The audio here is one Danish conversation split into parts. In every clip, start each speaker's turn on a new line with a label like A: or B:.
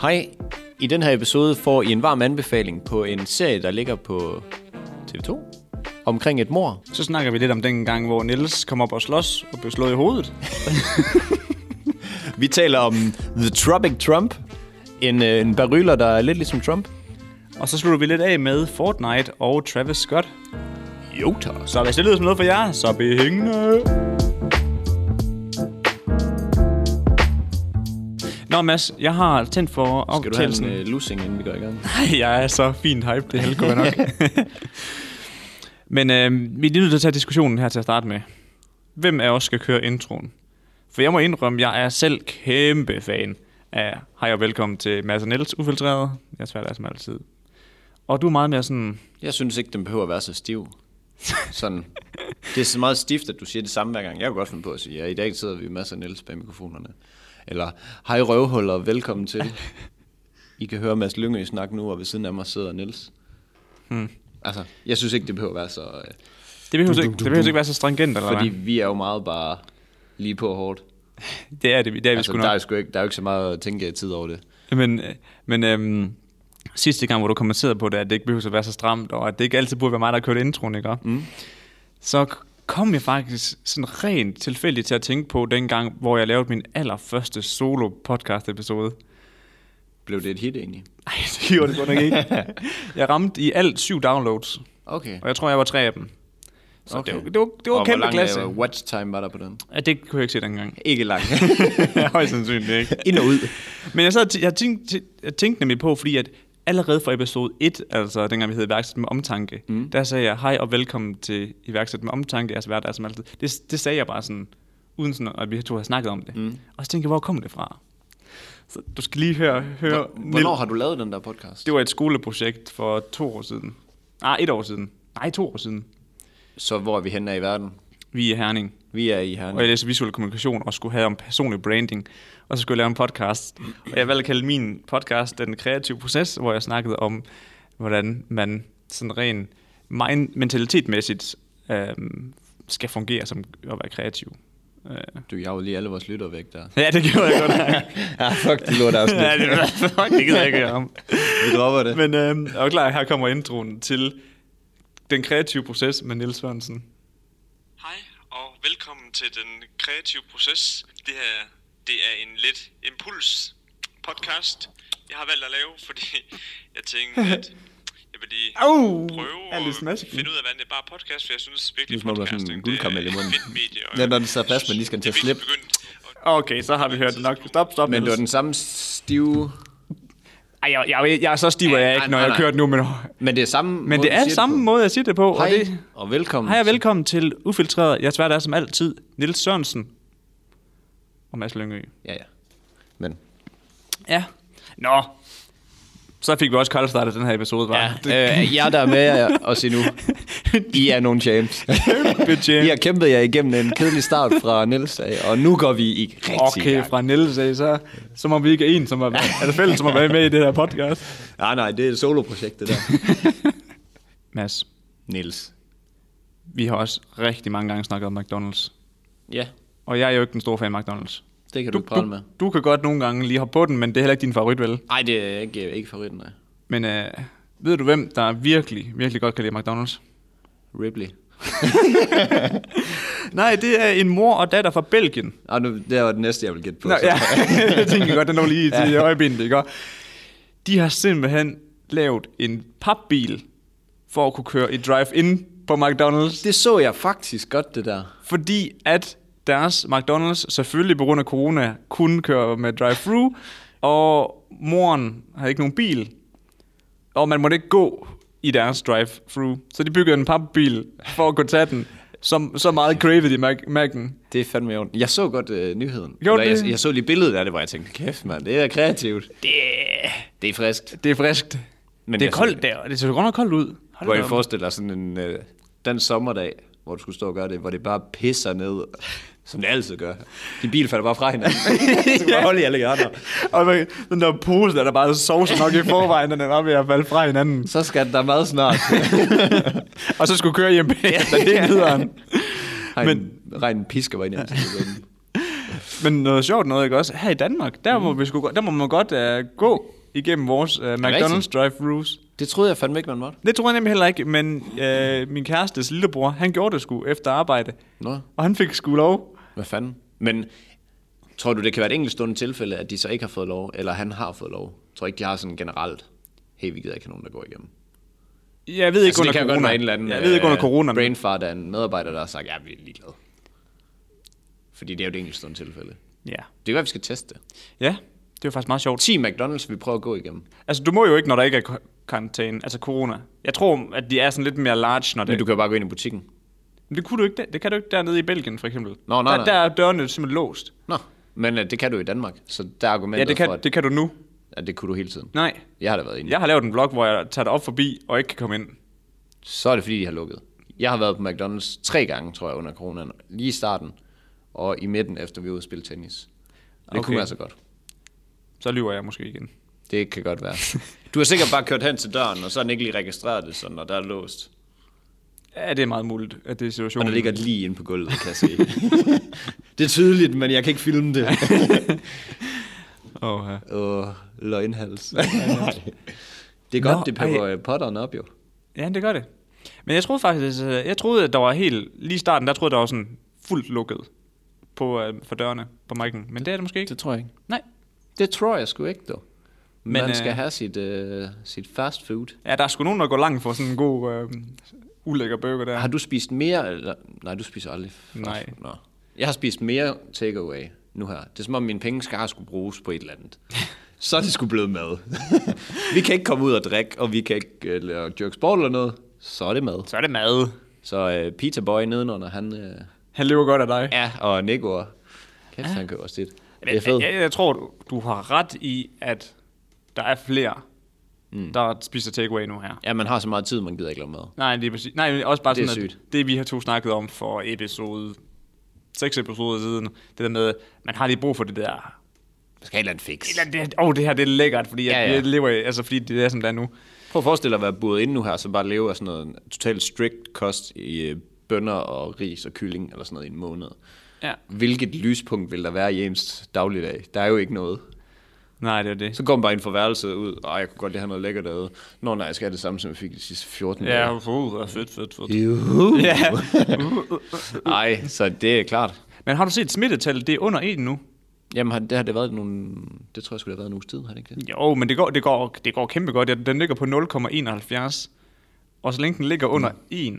A: Hej. I den her episode får I en varm anbefaling på en serie, der ligger på TV2 omkring et mor.
B: Så snakker vi lidt om den gang, hvor Niels kom op og slås og blev slået i hovedet.
A: Vi taler om The Tropic Trump. En, øh, en baryler, der er lidt ligesom Trump.
B: Og så slutter vi lidt af med Fortnite og Travis Scott.
A: Jo, tak.
B: Så hvis det lyder som noget for jer, så bliv hængende. Nå Mads, jeg har tændt for
A: Skal du have en
B: optagelsen.
A: øh, lussing, inden vi går i gang?
B: Ej, jeg er så fint hype, det hele går nok. Men øh, vi er lige nødt til at tage diskussionen her til at starte med. Hvem af os skal køre introen? For jeg må indrømme, jeg er selv kæmpe fan af Hej og velkommen til Mads og Niels Ufiltreret. Jeg svært er som altid. Og du er meget mere sådan...
A: Jeg synes ikke, den behøver at være så stiv. Sådan. Det er så meget stift, at du siger det samme hver gang. Jeg kunne godt finde på at sige, ja, i dag sidder vi masser af Niels bag mikrofonerne. Eller, hej røvhuller, velkommen til. I kan høre Mads Lyngø snakke nu, og ved siden af mig sidder Niels.
B: Hmm.
A: Altså, jeg synes ikke, det behøver at være så... Øh,
B: Det behøver, ikke, det behøver ikke være så stringent, eller
A: fordi
B: Fordi...
A: vi er jo meget bare lige på og hårdt.
B: hvad? Det er det, det er vi
A: Altså,
B: sgu
A: der, er
B: nok.
A: jo sgu ikke, der er jo ikke så meget at tænke i tid over det.
B: Men, øh, men øhm, sidste gang, hvor du kommenterede på det, at det ikke behøver at være så stramt, og at det ikke altid burde være mig, der kørte introen, ikke?
A: Mm.
B: så k- kom jeg faktisk sådan rent tilfældigt til at tænke på dengang, hvor jeg lavede min allerførste solo podcast episode.
A: Blev det et hit egentlig?
B: Nej, det gjorde det godt nok ikke. Jeg ramte i alt syv downloads,
A: Okay.
B: og jeg tror, jeg var tre af dem. Så okay.
A: Okay.
B: det var, det var, det var
A: og
B: kæmpe
A: hvor lang
B: klasse.
A: øh, watch time var der på den?
B: Ja, det kunne jeg ikke se dengang.
A: Ikke lang.
B: Højst sandsynligt ikke.
A: Ind og ud.
B: Men jeg, sad, og tæ- jeg, tænkte, jeg tænkte nemlig på, fordi at allerede fra episode 1, altså dengang vi hed Værksted med Omtanke, mm. der sagde jeg hej og velkommen til Iværksæt med Omtanke, jeres hverdag som altid. Det, det sagde jeg bare sådan, uden sådan, at vi to havde snakket om det. Mm. Og så tænkte jeg, hvor kom det fra? Så du skal lige høre... høre
A: Hvor, hvornår har du lavet den der podcast?
B: Det var et skoleprojekt for to år siden. Nej, ah, et år siden. Nej, to år siden.
A: Så hvor er vi henne af i verden?
B: Vi er i Herning.
A: Vi er i
B: og jeg
A: Herning.
B: læser visuel kommunikation og skulle have om personlig branding, og så skulle jeg lave en podcast. Og jeg valgte at kalde min podcast Den Kreative Proces, hvor jeg snakkede om, hvordan man sådan ren mind- mentalitetmæssigt øhm, skal fungere som at være kreativ. Øh.
A: Du jager lige alle vores lytter væk der.
B: Ja, det gjorde jeg godt.
A: ja, fuck, det lort afsnit.
B: ja, det, fuck, det gider jeg ikke høre om.
A: Vi dropper det.
B: Men øhm, og klar, her kommer introen til Den Kreative Proces med Niels Sørensen.
C: Hej og velkommen til den kreative proces. Det her det er en lidt impuls podcast, jeg har valgt at lave, fordi jeg tænkte, at jeg vil lige
B: Au!
C: prøve
B: Er lidt
C: at
B: smaskende.
C: finde ud af, hvordan det er bare podcast, for jeg synes
A: Det er
C: virkelig,
A: som om, du har sådan en
C: podcasting,
A: guldkaramel i munden.
C: et fedt medie. og
A: Ja, når den sidder fast, man lige skal
C: det er
A: til at
C: vigtigt begynde at-
B: Okay, så har vi hørt nok. Stop, stop.
A: Men det
B: Niels.
A: var den samme stive...
B: Ej, jeg, jeg, jeg er så stiv, at jeg er ikke,
A: nej,
B: når jeg
A: nej.
B: har kørt nu, men,
A: Men det er samme
B: men det er samme måde, jeg siger det på.
A: Hej,
B: Og det,
A: og velkommen.
B: hej og velkommen til Ufiltreret. Jeg svært er som altid, Nils Sørensen og Mads Lyngø.
A: Ja, ja. Men,
B: Ja. Nå. Så fik vi også koldstartet den her episode, var.
A: ja, øh, jeg der er med jer os endnu. I er nogle champs. I har kæmpet jer igennem en kedelig start fra Niels af, og nu går vi i rigtig
B: Okay,
A: gang.
B: fra Niels af, så, så må vi ikke er en, som er, er det fælles, som har været med i det her podcast.
A: Nej, nej, det er et soloprojekt, det der.
B: Mads,
A: Niels.
B: vi har også rigtig mange gange snakket om McDonald's.
A: Ja,
B: Og jeg er jo ikke den store fan af McDonald's.
A: det kan du, ikke prale med.
B: du kan godt nogle gange lige hoppe på den, men det er heller ikke din favorit, vel?
A: Nej, det er ikke, ikke favoritten, nej.
B: Men øh, ved du, hvem der virkelig, virkelig godt kan lide McDonald's?
A: Ripley.
B: Nej, det er en mor og datter fra Belgien.
A: Ah, nu, det var det næste, jeg vil gætte på.
B: Nå,
A: så.
B: ja, jeg tænker godt, den lå lige til øjebenet, ikke? Og De har simpelthen lavet en papbil for at kunne køre et drive-in på McDonald's,
A: Det så jeg faktisk godt, det der.
B: fordi at deres McDonald's selvfølgelig på grund af corona kun kører med drive-thru, og moren har ikke nogen bil, og man måtte ikke gå i deres drive-thru. Så de byggede en papbil for at kunne tage den. Så, så meget craved i Mac- Mac'en.
A: Det er fandme jorden. Jeg så godt øh, nyheden.
B: Gjorde
A: Eller
B: det?
A: jeg, jeg, så lige billedet af det, hvor jeg tænkte, kæft mand, det er kreativt.
B: Det,
A: Det er friskt.
B: det er friskt. Men det er koldt der, og det ser godt nok koldt ud. Hold
A: Hvor
B: da
A: jeg
B: op.
A: forestiller dig sådan en øh, den sommerdag, hvor du skulle stå og gøre det, hvor det bare pisser ned, som det altid gør. Din bil falder bare fra hinanden. Du bare holde i alle hjørner.
B: og hvad- den der pose, der, der bare sovser nok i forvejen, og den er ved at falde fra hinanden.
A: Så skal den der meget snart.
B: Og så skulle køre hjem bagefter, det lyder han.
A: Regn, men... regnen pisker mig ind i ansigtet.
B: Men noget sjovt noget, ikke også? Her i Danmark, der, mm. må, vi sgu, godt- der må man godt uh, gå igennem vores uh, McDonald's
A: rigtigt?
B: drive-thrus.
A: Det troede jeg fandme ikke, man måtte.
B: Det tror jeg nemlig heller ikke, men øh, min kærestes lillebror, han gjorde det sgu efter arbejde.
A: Nå.
B: Og han fik sgu lov.
A: Hvad fanden? Men tror du, det kan være et enkeltstående tilfælde, at de så ikke har fået lov, eller han har fået lov? Jeg tror ikke, de har sådan generelt, hey, vi gider ikke have nogen, der går igennem.
B: Jeg ved ikke
A: Altså,
B: under
A: det kan
B: corona.
A: godt være en eller anden
B: jeg ved ikke under
A: øh,
B: corona. men-
A: brainfart af en medarbejder, der har sagt, ja, vi er ligeglade. Fordi det er jo et enkeltstående tilfælde. Det
B: Ja.
A: kan være, vi skal teste det.
B: ja, det var faktisk meget sjovt.
A: 10 McDonald's, vi prøver at gå igennem.
B: Altså, du må jo ikke, når der ikke er ko- karantæne, altså corona. Jeg tror, at de er sådan lidt mere large, når det...
A: Men du kan jo bare gå ind i butikken.
B: Men det kunne du ikke, der- det kan du ikke dernede i Belgien, for eksempel.
A: Nå, nej,
B: der,
A: nej.
B: der er dørene simpelthen låst.
A: Nå, men øh, det kan du i Danmark, så der er argumentet
B: Ja, det kan,
A: for, Mm. at
B: det kan du nu.
A: at det kunne du hele tiden.
B: Nej.
A: Jeg har da været inde.
B: Jeg har lavet en vlog, hvor jeg tager det op forbi og ikke kan komme ind.
A: så er det fordi, de har lukket. Jeg har været på McDonald's tre gange, tror jeg, under coronaen. Lige i starten, og i midten, efter vi var ude at spille tennis. Det okay.
B: Okay.
A: kunne være så godt.
B: Så lyver jeg måske igen.
A: Det kan godt være. Du har sikkert bare kørt hen til døren, og så har den ikke lige registreret det, sådan, og der er låst.
B: Ja, det er meget muligt, at det er
A: Og
B: situationen.
A: der ligger det lige inde på gulvet, kan jeg se. det er tydeligt, men jeg kan ikke filme det.
B: Åh, ja.
A: Åh, løgnhals. det er godt,
B: Nå,
A: Nå, det pepper øh, potteren op, jo.
B: Ja, det gør det. Men jeg troede faktisk, øh, jeg troede, at der var helt, lige i starten, der troede jeg, der var sådan fuldt lukket på, øh, for dørene på mic'en. Men det er det måske ikke.
A: tror jeg ikke.
B: Nej.
A: Det tror jeg sgu ikke, dog. Men,
B: Men,
A: Man skal
B: øh,
A: have sit, øh, sit fast food.
B: Ja, der er sgu nogen, der går langt for sådan en god, øh, ulækker burger der.
A: Har du spist mere? Eller? Nej, du spiser aldrig. fast
B: Nej.
A: food. Nå. Jeg har spist mere takeaway nu her. Det er som om mine penge skal skulle bruges på et eller andet. Så er det skulle blevet mad. vi kan ikke komme ud og drikke, og vi kan ikke øh, lave jerk sport eller noget. Så er det mad.
B: Så er det mad.
A: Så øh, Peter Boy nedenunder, han øh,
B: Han lever godt af dig.
A: er, og Nico er. Kæft, han køber også lidt. Det er
B: Jeg,
A: fedt.
B: jeg, jeg tror, du, du har ret i, at der er flere, mm. der spiser takeaway nu her.
A: Ja, man har så meget tid, man gider ikke lave mad.
B: Nej, det er præcis. Nej, men også bare
A: Det er
B: sådan, at det vi har to snakket om for episode, seks episoder siden, det der med, man har lige brug for det der
A: Man skal have et eller andet fix.
B: Eller det, oh, det her det er lækkert, fordi jeg, ja,
A: Ja,
B: ja.
A: ja.
B: jeg lever i, altså fordi det er som det er nu.
A: Prøv at forestille dig at være buret inde nu her, så bare leve af sådan noget totalt strict kost i øh, bønner og ris og kylling eller sådan noget i en måned.
B: Ja.
A: Hvilket lyspunkt vil der være i ens dagligdag? Der er jo ikke noget.
B: Nej, det er det.
A: Så går man bare ind for værelset ud. Ej, jeg kunne godt lige have noget lækkert derude. Nå nej, jeg skal have det samme, som jeg fik de sidste 14
B: Ja,
A: dage.
B: uh, fedt, fedt, fedt.
A: Juhu.
B: Ja.
A: Ej, så det er klart.
B: Men har du set smittetallet? Det er under 1 nu.
A: Jamen, har, det har det været nogle... Det tror jeg skulle have været en uges tid, har det ikke det?
B: Jo, men det går, det går, det går kæmpe godt. Ja, Den ligger på 0,71. Og så længe den ligger under
A: Mm.
B: 1,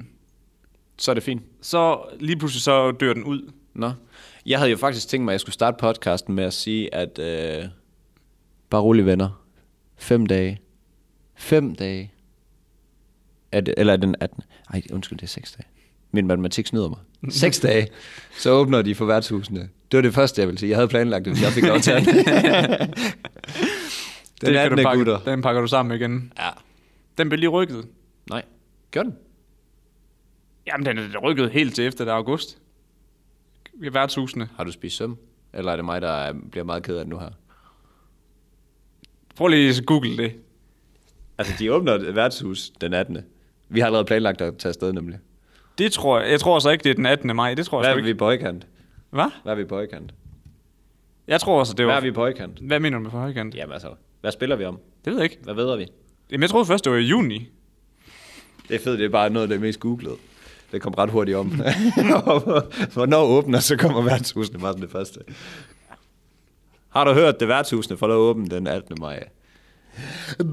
A: Så er det fint.
B: så lige pludselig så dør den ud.
A: Nå. Jeg havde jo faktisk tænkt mig, at jeg skulle starte podcasten med at sige, at øh, bare rolig venner. Fem dage. Fem dage. Er det, eller er det den 18. Ej, undskyld, det er seks dage. Min matematik snyder mig. Seks dage, så åbner de for værtshusene. Det var det første, jeg ville sige. Jeg havde planlagt det, hvis jeg fik lov til at Den
B: det kan
A: 18.
B: du pakke,
A: gutter.
B: Den pakker du sammen igen.
A: Ja.
B: Den blev lige rykket.
A: Nej. Gør den.
B: Jamen, den er rykket helt til efter der er august. I værtshusene.
A: Har du spist søm? Eller er det mig, der er- bliver meget ked af det nu her?
B: Prøv lige at google det.
A: Altså, de åbner et værtshus den 18. Vi har allerede planlagt at tage afsted, nemlig.
B: Det tror jeg. Jeg tror så ikke, det er den 18. maj. Det tror jeg
A: Hvad
B: sgu
A: er
B: ikke.
A: vi på højkant?
B: Hvad?
A: Hvad er vi på højkant?
B: Jeg tror også, det var...
A: Hvad er vi på højkant?
B: Hvad mener du med på højkant?
A: Jamen altså, hvad spiller vi om?
B: Det ved jeg ikke.
A: Hvad ved vi?
B: Jamen, jeg troede først, det var i juni.
A: Det er fedt, det er bare noget af det mest googlede. Det kom ret hurtigt om. Hvornår åbner, så kommer værtshusene bare som det første. Har du hørt, det værtshusene får lov at åbne den 18. maj?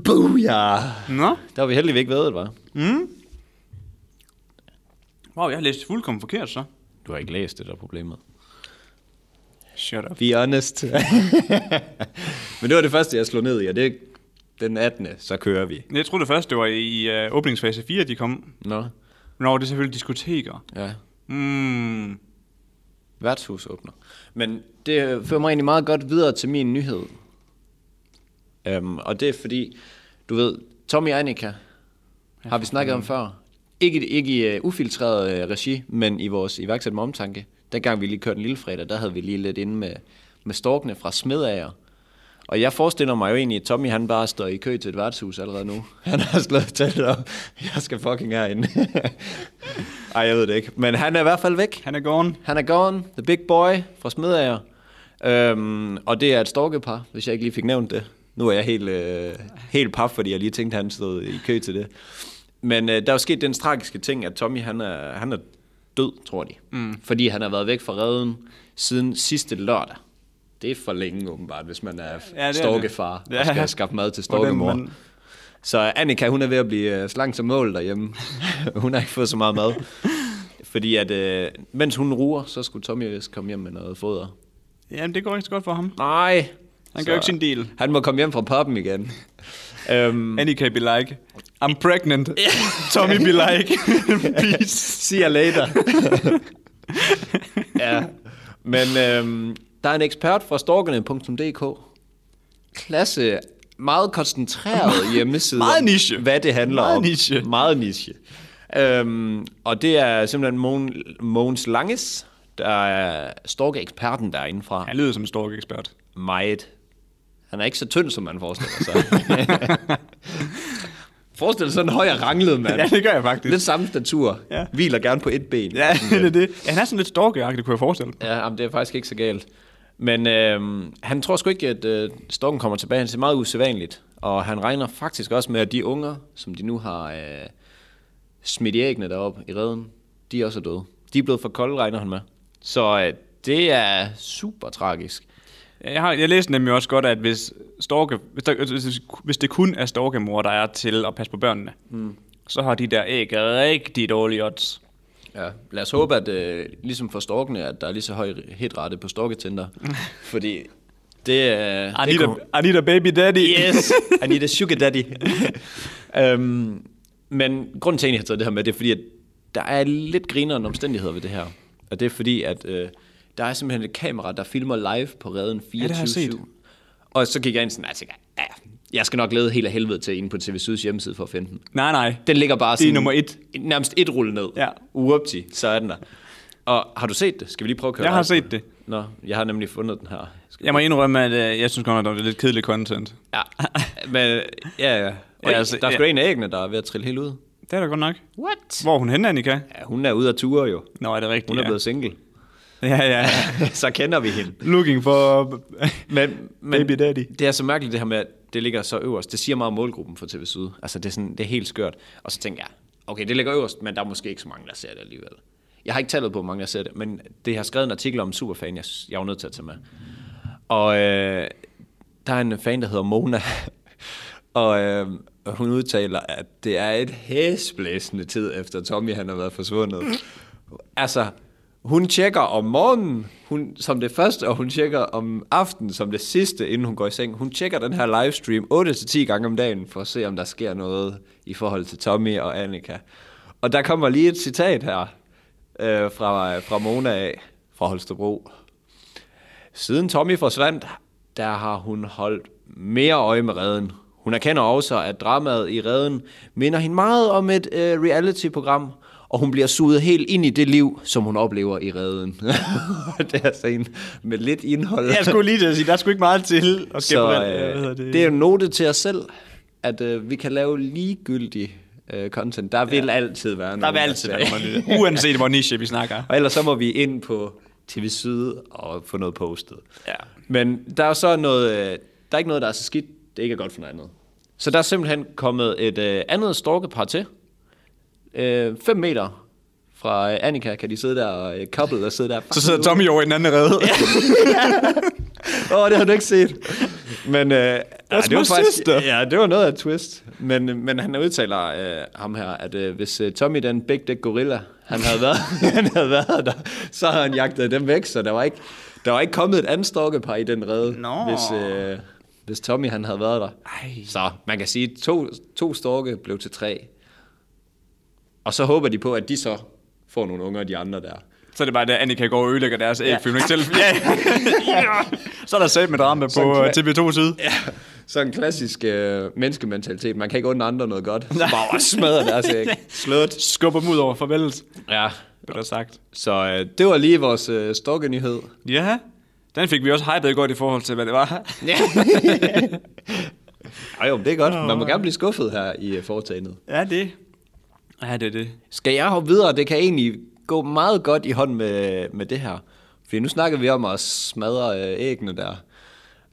A: Booyah!
B: Nå?
A: Der var vi heldigvis ikke ved det, var.
B: Wow, jeg har læst fuldkommen forkert, så.
A: Du har ikke læst det, der er problemet.
B: Shut up.
A: Be honest. Men det var det første, jeg slog ned i, og det er den 18. så kører vi.
B: Jeg troede det først, det var i øh, åbningsfase 4, de kom.
A: Nå,
B: Nå, det er selvfølgelig diskoteker.
A: ja.
B: Mm.
A: værtshus åbner. Men det fører mig egentlig meget godt videre til min nyhed. Um, og det er fordi, du ved, Tommy Einica har vi snakket om før. Ikke, ikke i uh, ufiltreret uh, regi, men i vores iværksæt med omtanke. Dengang vi lige kørte en lille fredag, der havde vi lige lidt inde med, med storkene fra Smedager. Og jeg forestiller mig jo egentlig, at Tommy han bare står i kø til et værtshus allerede nu. Han har slået teltet op. Jeg skal fucking herinde. Ej, jeg ved det ikke. Men han er i hvert fald væk.
B: Han er gone.
A: Han er gone, the big boy fra Smedager. Øhm, og det er et storkepar, hvis jeg ikke lige fik nævnt det. Nu er jeg helt, øh, helt paf, fordi jeg lige tænkte, at han stod i kø til det. Men øh, der er jo sket den tragiske ting, at Tommy han er, han er død, tror de. Mm. Fordi han har været væk fra redden siden sidste lørdag. Det er for længe åbenbart, hvis man er
B: er
A: ja,
B: det.
A: storkefar ja.
B: Ja.
A: og skal skaffe mad til
D: Hvordan
A: storkemor.
D: man-
A: Så Annika, hun er ved at blive øh, slank som mål derhjemme. hun har ikke fået så meget mad. Fordi at, øh, mens hun ruer, så skulle Tommy vist komme hjem med noget foder.
B: Jamen, det går ikke så godt for ham.
A: Nej.
B: Han gør jo ikke sin del.
A: Han må komme hjem fra puben igen. øhm,
B: Annika be like, I'm pregnant. Tommy be like, peace.
A: see you later. ja. Men øhm, der er en ekspert fra storkerne.dk. Klasse, meget koncentreret hjemmeside.
B: Meget
A: om,
B: niche.
A: Hvad det handler
B: Meget
A: om.
B: niche.
A: Meget niche. Øhm, og det er simpelthen Mogens- Mogens Langes, der er storkeeksperten derinde fra.
B: Han lyder som en stork ekspert. Altså.
A: meget. Han er ikke så tynd, som man forestiller sig. Forestil dig sådan en høj og ranglet, mand.
B: Ja, det gør jeg faktisk.
A: Lidt samme statur.
B: Ja.
A: Hviler gerne på et ben.
B: Ja, det er det. Ja, han er sådan lidt storkeagtig, kunne jeg forestille mig.
A: ja jamen, det er faktisk ikke så galt. Men øh, han tror sgu ikke, at øh, storken kommer tilbage. Han ser meget usædvanligt. Og han regner faktisk også med, at de unger, som de nu har øh, smidt i æggene deroppe i redden, de også er døde. De er blevet for kolde, regner han med. Så øh, det er super tragisk.
B: Jeg, har, jeg læste nemlig også godt, at hvis, storke, hvis, der, hvis, hvis det kun er storkemor, der er til at passe på børnene, mm. så har de der æg rigtig dårlige odds.
A: Ja, lad os håbe, at øh, ligesom for storkene, at der er lige så høj hitrate på storketinder. fordi det er... Øh, det
B: Anita, Anita baby daddy.
A: yes, I need a sugar daddy. øhm, men grunden til, at jeg egentlig har taget det her med, det er fordi, at der er lidt grinerende omstændigheder ved det her. Og det er fordi, at øh, der er simpelthen et kamera, der filmer live på redden
B: det har jeg set.
A: 24 Og så gik jeg ind sådan, og jeg tænkte, ja, jeg skal nok lede helt af helvede til inde på TV Syds hjemmeside for at finde den.
B: Nej, nej.
A: Den ligger bare sådan...
B: nummer et.
A: Nærmest et rulle ned.
B: Ja.
A: Uopti, så er den der. Og har du set det? Skal vi lige prøve at køre
B: Jeg har
A: live?
B: set det.
A: Nå, jeg har nemlig fundet den her. Skal...
B: Jeg må indrømme, at øh, jeg synes godt, nok, at det er lidt kedelig content.
A: Ja, men ja, ja. Og ja altså,
B: altså,
A: der er sgu
B: ja.
A: da en af æggene, der er ved at trille helt ud.
B: Det er da godt nok.
A: What?
B: Hvor er hun henne, Annika?
A: Ja, hun er ude af ture jo.
B: Nå, er det rigtigt?
A: Hun er
B: ja.
A: blevet single.
B: Ja, ja.
A: så kender vi hende.
B: Looking for...
A: Men, men
B: Baby daddy.
A: det er så mærkeligt det her med, at det ligger så øverst. Det siger meget om målgruppen for TV Syd. Altså det er, sådan, det er helt skørt. Og så tænker jeg, okay, det ligger øverst, men der er måske ikke så mange, der ser det alligevel. Jeg har ikke tallet på, hvor mange der ser det, men det har skrevet en artikel om en superfan, jeg, jeg var nødt til at tage med. Og øh, der er en fan, der hedder Mona, og øh, hun udtaler, at det er et hæsblæsende tid, efter Tommy han har været forsvundet. Altså, hun tjekker om morgenen hun, som det første, og hun tjekker om aftenen som det sidste, inden hun går i seng. Hun tjekker den her livestream 8-10 gange om dagen, for at se, om der sker noget i forhold til Tommy og Annika. Og der kommer lige et citat her øh, fra, fra Mona af, fra Holstebro. Siden Tommy forsvandt, der har hun holdt mere øje med redden. Hun erkender også, at dramaet i redden minder hende meget om et øh, reality-program, og hun bliver suget helt ind i det liv, som hun oplever i redden. det er altså en med lidt indhold.
B: jeg skulle lige til at sige, der skulle ikke meget til at skabe
A: Så
B: øh, hvad hedder
A: øh, det er jo en note til os selv, at øh, vi kan lave ligegyldig øh, content. Der vil altid være
B: Der vil altid være nogen, der lytter. Uanset hvor niche vi snakker.
A: Og ellers så må vi ind på TV Syd og få noget postet.
B: Ja.
A: Men der er så noget, øh, der er ikke noget, der er så skidt, det ikke er godt for noget andet. Så der er simpelthen kommet et øh, andet storkepar til. 5 øh, fem meter fra øh, Annika kan de sidde der, og øh, couple og sidde der.
B: Så sidder Tommy over i den anden redde.
A: Åh, oh, det har du ikke set. Men øh, ej, det, var
B: my sister.
A: ja, det var noget af et twist. Men, men han udtaler øh, ham her, at øh, hvis øh, Tommy, den big dick gorilla, han havde, været, han havde været der, så havde han jagtet dem væk, så der var ikke, der var ikke kommet et andet storkepar i den rede,
B: Nå.
A: hvis, øh, hvis Tommy han havde været der.
B: Ej.
A: Så man kan sige, to, to storke blev til tre. Og så håber de på, at de så får nogle unger af de andre der.
B: Så er det bare, at Annika går og ødelægger deres æg, fordi hun ikke selv... Ja. Så er der sat med drama på
A: Sådan kan-
B: øh, TV2-side.
A: Sådan en klassisk øh, menneskementalitet. Man kan ikke undre andre noget godt. Så bare "Åh, smadre deres æg. Slut.
B: Skubber dem ud over farvelet,
A: Ja.
B: blev der sagt.
A: Så øh, det var lige vores øh, storkenyhed.
B: Ja, den fik vi også hypet godt i forhold til, hvad det var.
A: Ja. Ej, jo, men det er godt. Man må gerne blive skuffet her i øh, foretagendet.
B: Ja, det. Ja, det er det.
A: Skal jeg hoppe videre? Det kan egentlig gå meget godt i hånd med, med det her. Fordi nu snakker vi om at smadre øh, æggene der.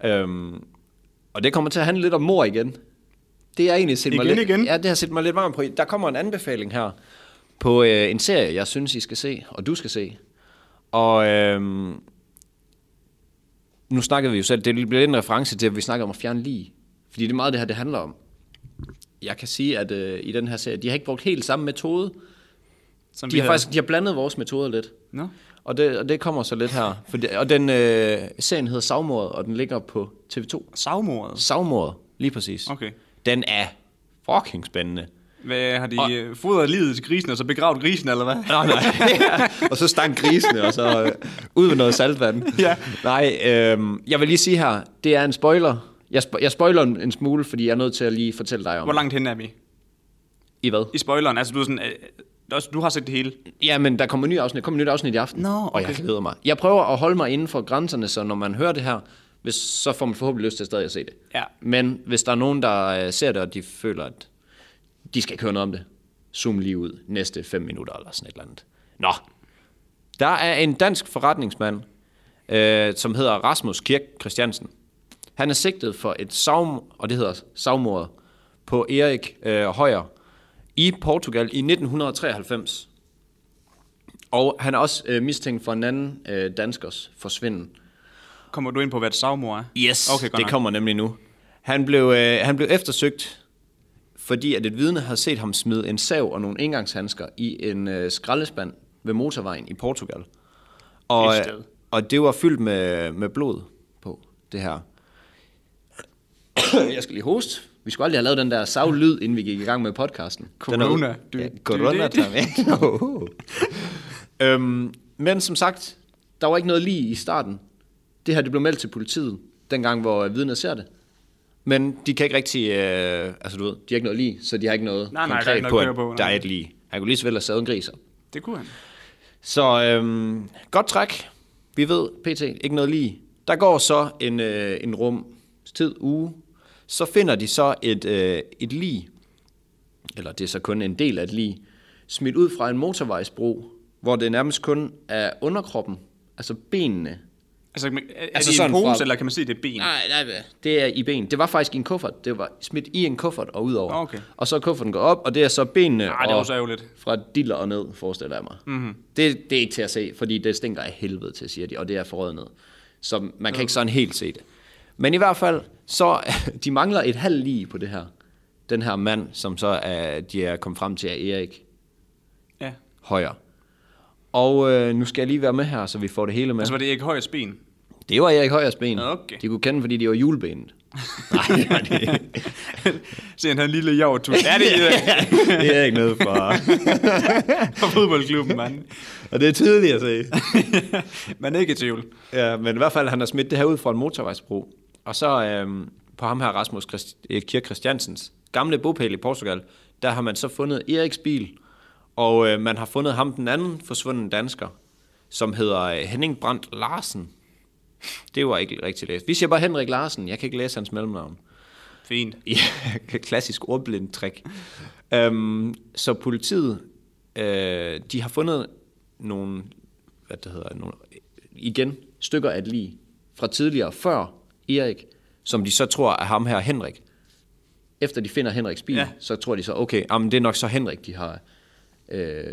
A: Øhm, og det kommer til at handle lidt om mor igen. Det er egentlig set mig
B: Igen,
A: lidt,
B: igen?
A: Ja, det har set mig lidt varm på. Der kommer en anbefaling her på øh, en serie, jeg synes, I skal se, og du skal se. Og øhm, nu snakker vi jo selv, det bliver lidt en reference til, at vi snakker om at fjerne lige. Fordi det er meget det her, det handler om. Jeg kan sige, at øh, i den her serie, de har ikke brugt helt samme metode.
B: Som
A: De har faktisk de har blandet vores metoder lidt.
B: Nå?
A: Og det, og det kommer så lidt her. For det, og den øh, serien hedder Savmordet, og den ligger på TV2.
B: Savmordet?
A: Savmordet, lige præcis.
B: Okay.
A: Den er fucking spændende.
B: Hvad, har de og... fodret livet til grisen, og så begravet grisen, eller hvad?
A: Nå, nej. og så stank grisene, og så øh, ud med noget saltvand.
B: Ja.
A: Nej, øh, jeg vil lige sige her, det er en spoiler. Jeg, spo- jeg spoiler en, en smule, fordi jeg er nødt til at lige fortælle dig om
B: Hvor langt hen er vi?
A: I hvad?
B: I spoileren, altså du er sådan... Øh, også- du har set det hele.
A: Jamen, der kommer en ny afsnit. Der kommer et nyt afsnit i aften.
B: Nå,
A: Og jeg
B: okay.
A: glæder mig. Jeg prøver at holde mig inden for grænserne, så når man hører det her, hvis, så får man forhåbentlig lyst til stadig at se det.
B: Ja.
A: Men hvis der er nogen, der øh, ser det, og de føler, at de skal ikke høre noget om det, zoom lige ud næste 5 minutter eller sådan et eller andet. Nå. Der er en dansk forretningsmand, øh, som hedder Rasmus Kirk Christiansen. Han er sigtet for et savm, og det hedder savmordet, på Erik øh, Højer i Portugal i 1993. Og han er også øh, mistænkt for en anden øh, danskers forsvinden.
B: Kommer du ind på, hvad et savmor er?
A: Yes,
B: Okay, godt
A: det
B: nok.
A: kommer nemlig nu. Han blev, øh, han blev eftersøgt, fordi at et vidne havde set ham smide en sav og nogle engangshandsker i en øh, skraldespand ved motorvejen i Portugal. Og, øh,
B: Et sted.
A: og det var fyldt med, med blod på det her. Jeg skal lige hoste. Vi skulle aldrig have lavet den der savlyd, inden vi gik i gang med podcasten. Den er-
B: Corona.
A: Ja,
B: Du-
A: corona,
B: du- du-
A: Tom. øhm, men som sagt, der var ikke noget lige i starten. Det her det blev meldt til politiet, dengang hvor øh, vidnet ser det. Men de kan ikke rigtig, øh, altså du ved, de har ikke noget lige, så de har ikke noget
B: Nej, nej, der er
A: konkret
B: ikke noget
A: på,
B: at
A: at
B: køre på,
A: der
B: nej.
A: er et lige. Han kunne lige så vel have savet en gris op.
B: Det kunne han.
A: Så øhm, godt træk. Vi ved, pt. ikke noget lige. Der går så en, øh, en rum tid, uge. Så finder de så et, øh, et lig, eller det er så kun en del af et lig, smidt ud fra en motorvejsbro, hvor det nærmest kun er underkroppen, altså benene.
B: Altså, men er,
A: Altså
B: altså, er det
A: sådan
B: en pose,
A: fra-
B: eller kan man se det er ben?
A: nej, nej, det er i ben. Det var faktisk i en kuffert. Det var smidt i en kuffert og udover.
B: Ah, Okay.
A: Og så er kufferten går op, og det er så benene
B: Ej, det er
A: og
B: også ærgerligt. Mhm.
A: fra diller og ned, forestiller jeg mig. Mm-hmm. Det, det er ikke til at se, fordi det stinker af helvede til, siger de, og det er forrøget ned. Så man kan ikke sådan helt se det. Men i hvert fald, så de mangler et halvt lige på det her. Den her mand, som så er, de er kommet frem til, er Erik
B: Ja.
A: Højer. Og øh, nu skal jeg lige være med her, så vi får det hele med.
B: Altså, var det ikke højt ben?
A: Det var Erik Højers ben.
B: Okay.
A: De kunne kende, fordi de var julebenet. Nej, det var det ikke.
B: Se, han havde en lille jav, du. Ja, det er
A: det er ikke noget for.
B: fra fodboldklubben, mand.
A: Og det er tydeligt at se.
B: Man er ikke i tvivl.
A: Ja, men i hvert fald, han har smidt det her ud fra en motorvejsbro. Og så øhm, på ham her, Rasmus Christ- eh, Kirk Christiansens gamle bopæl i Portugal, der har man så fundet Eriks bil, og øh, man har fundet ham den anden forsvundne dansker, som hedder øh, Henning Brandt Larsen. Det var ikke rigtig læst. Vi siger bare Henrik Larsen, jeg kan ikke læse hans mellemnavn.
B: Fint.
A: Ja, klassisk ordblind trick. øhm, så politiet, øh, de har fundet nogle, hvad det hedder, nogle, igen, stykker af et lig fra tidligere, før Erik, som de så tror er ham her Henrik. Efter de finder Henriks bil,
B: Ja.
A: ja. så tror de så, okay, jamen, det er nok så Henrik, de har øh,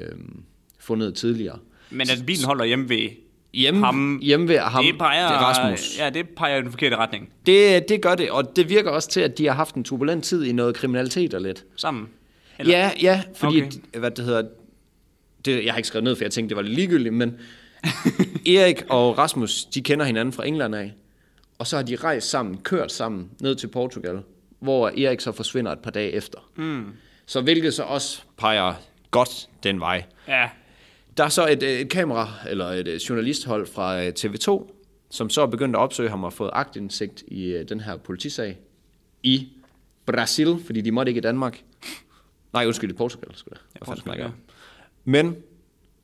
A: fundet tidligere.
B: Men at bilen holder hjemme ved
A: Hjemme,
B: ham,
A: hjemme ved ham,
B: det peger,
A: det er Rasmus.
B: Ja, det peger i den forkerte retning.
A: Det, det gør det, og det virker også til, at de har haft en turbulent tid i noget kriminalitet og lidt.
B: Sammen. Eller-
A: Eller? Ja, ja, fordi,
B: Okay.
A: okay. at, hvad det hedder, det, jeg har ikke skrevet ned, for jeg tænkte, det var lidt ligegyldigt, men Erik og Rasmus, de kender hinanden fra England af, og så har de rejst sammen, kørt sammen ned til Portugal, hvor Erik så forsvinder et par dage efter. Mm. Så hvilket så også peger godt den vej.
B: Ja.
A: Der er så et, øh, et kamera, eller et øh, journalisthold fra øh, TV2, som så er begyndt at opsøge ham og fået agtindsigt i øh, den her politisag i Brasil, fordi de måtte ikke i Danmark. Nej, undskyld, i Portugal, skulle jeg. Hvad fanden
B: Portugal,
A: snakker jeg om? Men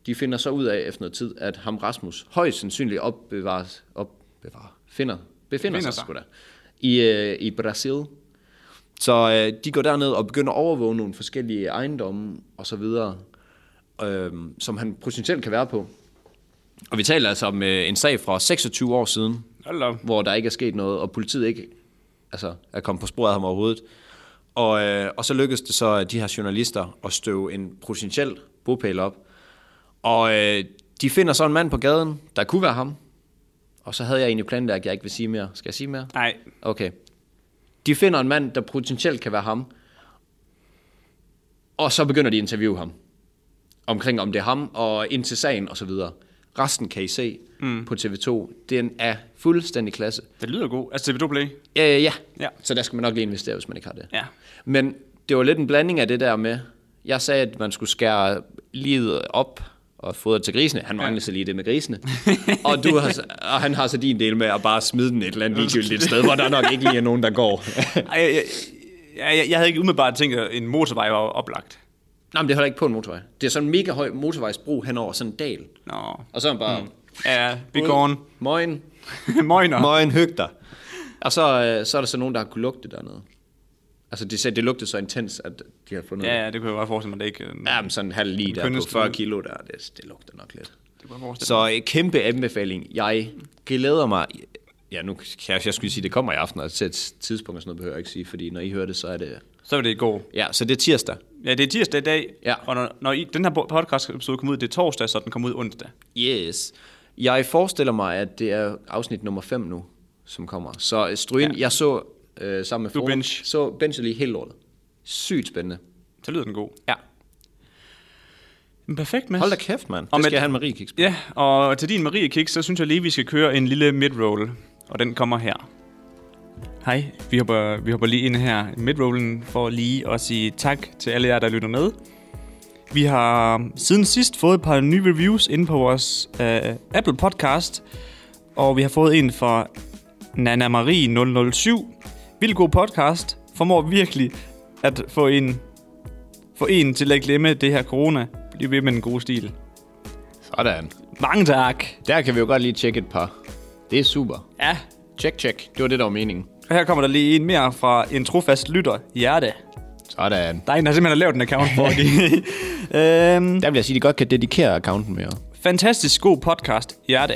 A: de finder så ud af efter noget tid, at ham Rasmus højst sandsynligt opbevares, opbevarer, finder, befinder
B: Befinder
A: sig,
B: sig.
A: sig. Sgu da, i, øh, i Brasil. Så øh, de går derned og begynder at overvåge nogle forskellige øhm, ejendomme og så videre, øh, som han potentielt kan være på. Og vi taler altså om øh, en sag fra 26 år siden,
B: Hold da op.
A: hvor der ikke er sket noget, og politiet ikke altså, er kommet på sporet af ham overhovedet. Og, øh, og så lykkedes det så øh, de her journalister at støve en potentiel bopæl op. Og øh, de finder så en mand på gaden, der kunne være ham. Og så havde jeg egentlig planlagt, at jeg ikke vil sige mere. Skal jeg sige mere?
B: Nej,
A: Okay. De finder en mand, der potentielt kan være ham. Og så begynder de at interviewe ham. Omkring om det er ham, og ind til sagen og så videre. Resten kan I se mm. på TV2. Den er fuldstændig klasse.
B: det lyder god. Altså TV2 Play?
A: Øh, ja.
B: Ja.
A: så der skal man nok lige investere, hvis man ikke har det.
B: Ja.
A: Men det var lidt en blanding af det der med, jeg sagde, at man skulle skære livet op og fodre til grisene. Han manglede så lige det med grisene. og, du har, og han har så din del med at bare smide den et eller andet ligegyldigt sted, hvor der nok ikke lige er nogen, der går.
B: Ej, jeg, jeg, jeg, jeg havde ikke umiddelbart tænkt, at en motorvej var oplagt.
A: Nej, men det holder ikke på en motorvej. Det er sådan en mega høj motorvejsbro hen over sådan en dal.
B: Nå.
A: Og så er man bare... Mm.
B: Ja, vi går en.
A: Moin.
B: Møgner.
A: Moin, hyg dig. Og så, øh, så er der så nogen, der har kunnet lugte dernede. Altså, de sagde, det lugtede så intens, at de har fundet
B: Ja, ja, det kunne jeg godt forestille mig, det ikke...
A: Ja, men sådan en halv lige der på
B: kønneste
A: 40
B: lugte.
A: kilo der, det, det lugter nok lidt.
B: Det kunne jeg forestille
A: Så øh, kæmpe anbefaling. Jeg glæder mig. Ja, nu kan jeg, jeg skulle sige, det kommer i aften, og til et tidspunkt og sådan noget behøver jeg ikke sige, fordi når I hører det, så er det...
B: mig. Så er det i går.
A: Ja, så det er tirsdag.
B: Ja, det er tirsdag i dag,
A: Ja.
B: og når, når I, den her podcast episode kommer ud, det er torsdag, så den kommer ud onsdag.
A: Yes. Jeg forestiller mig, at det er afsnit nummer 5 nu, som kommer. Så øh, Stryen, ja. jeg så øh, sammen med
B: Du
A: Froen-
B: binge.
A: så bench lige helt lortet. Sygt spændende.
B: Så lyder den god.
A: Ja.
B: Men perfekt, Mads.
A: Hold da kæft, mand.
B: Og
A: Det
B: med-
A: skal jeg have en Marie kiks.
B: Ja, og til din Marie Kiks, så synes jeg lige, vi skal køre en lille midroll, og den kommer her. Hej, vi hopper, vi hopper lige ind her i midrollen for lige at sige tak til alle jer, der lytter med. Vi har siden sidst fået et par nye reviews inde på vores øh, Apple podcast, og vi har fået en fra Nana Marie 007. Vildt god podcast. Formår virkelig at få en, få en til at glemme det her corona. Bliv ved med den gode stil.
A: Sådan.
B: Mange tak.
A: Der kan vi jo godt lige tjekke et par. Det er super.
B: Ja,
A: Check, check. Det var det, der var meningen.
B: og her kommer der lige en mere fra en trofast lytter, Hjerte.
A: Sådan.
B: Der er en, der simpelthen har lavet en account for det. øhm,
A: Der vil jeg sige, at de godt kan dedikere accounten mere.
B: fantastisk god podcast, Hjerte.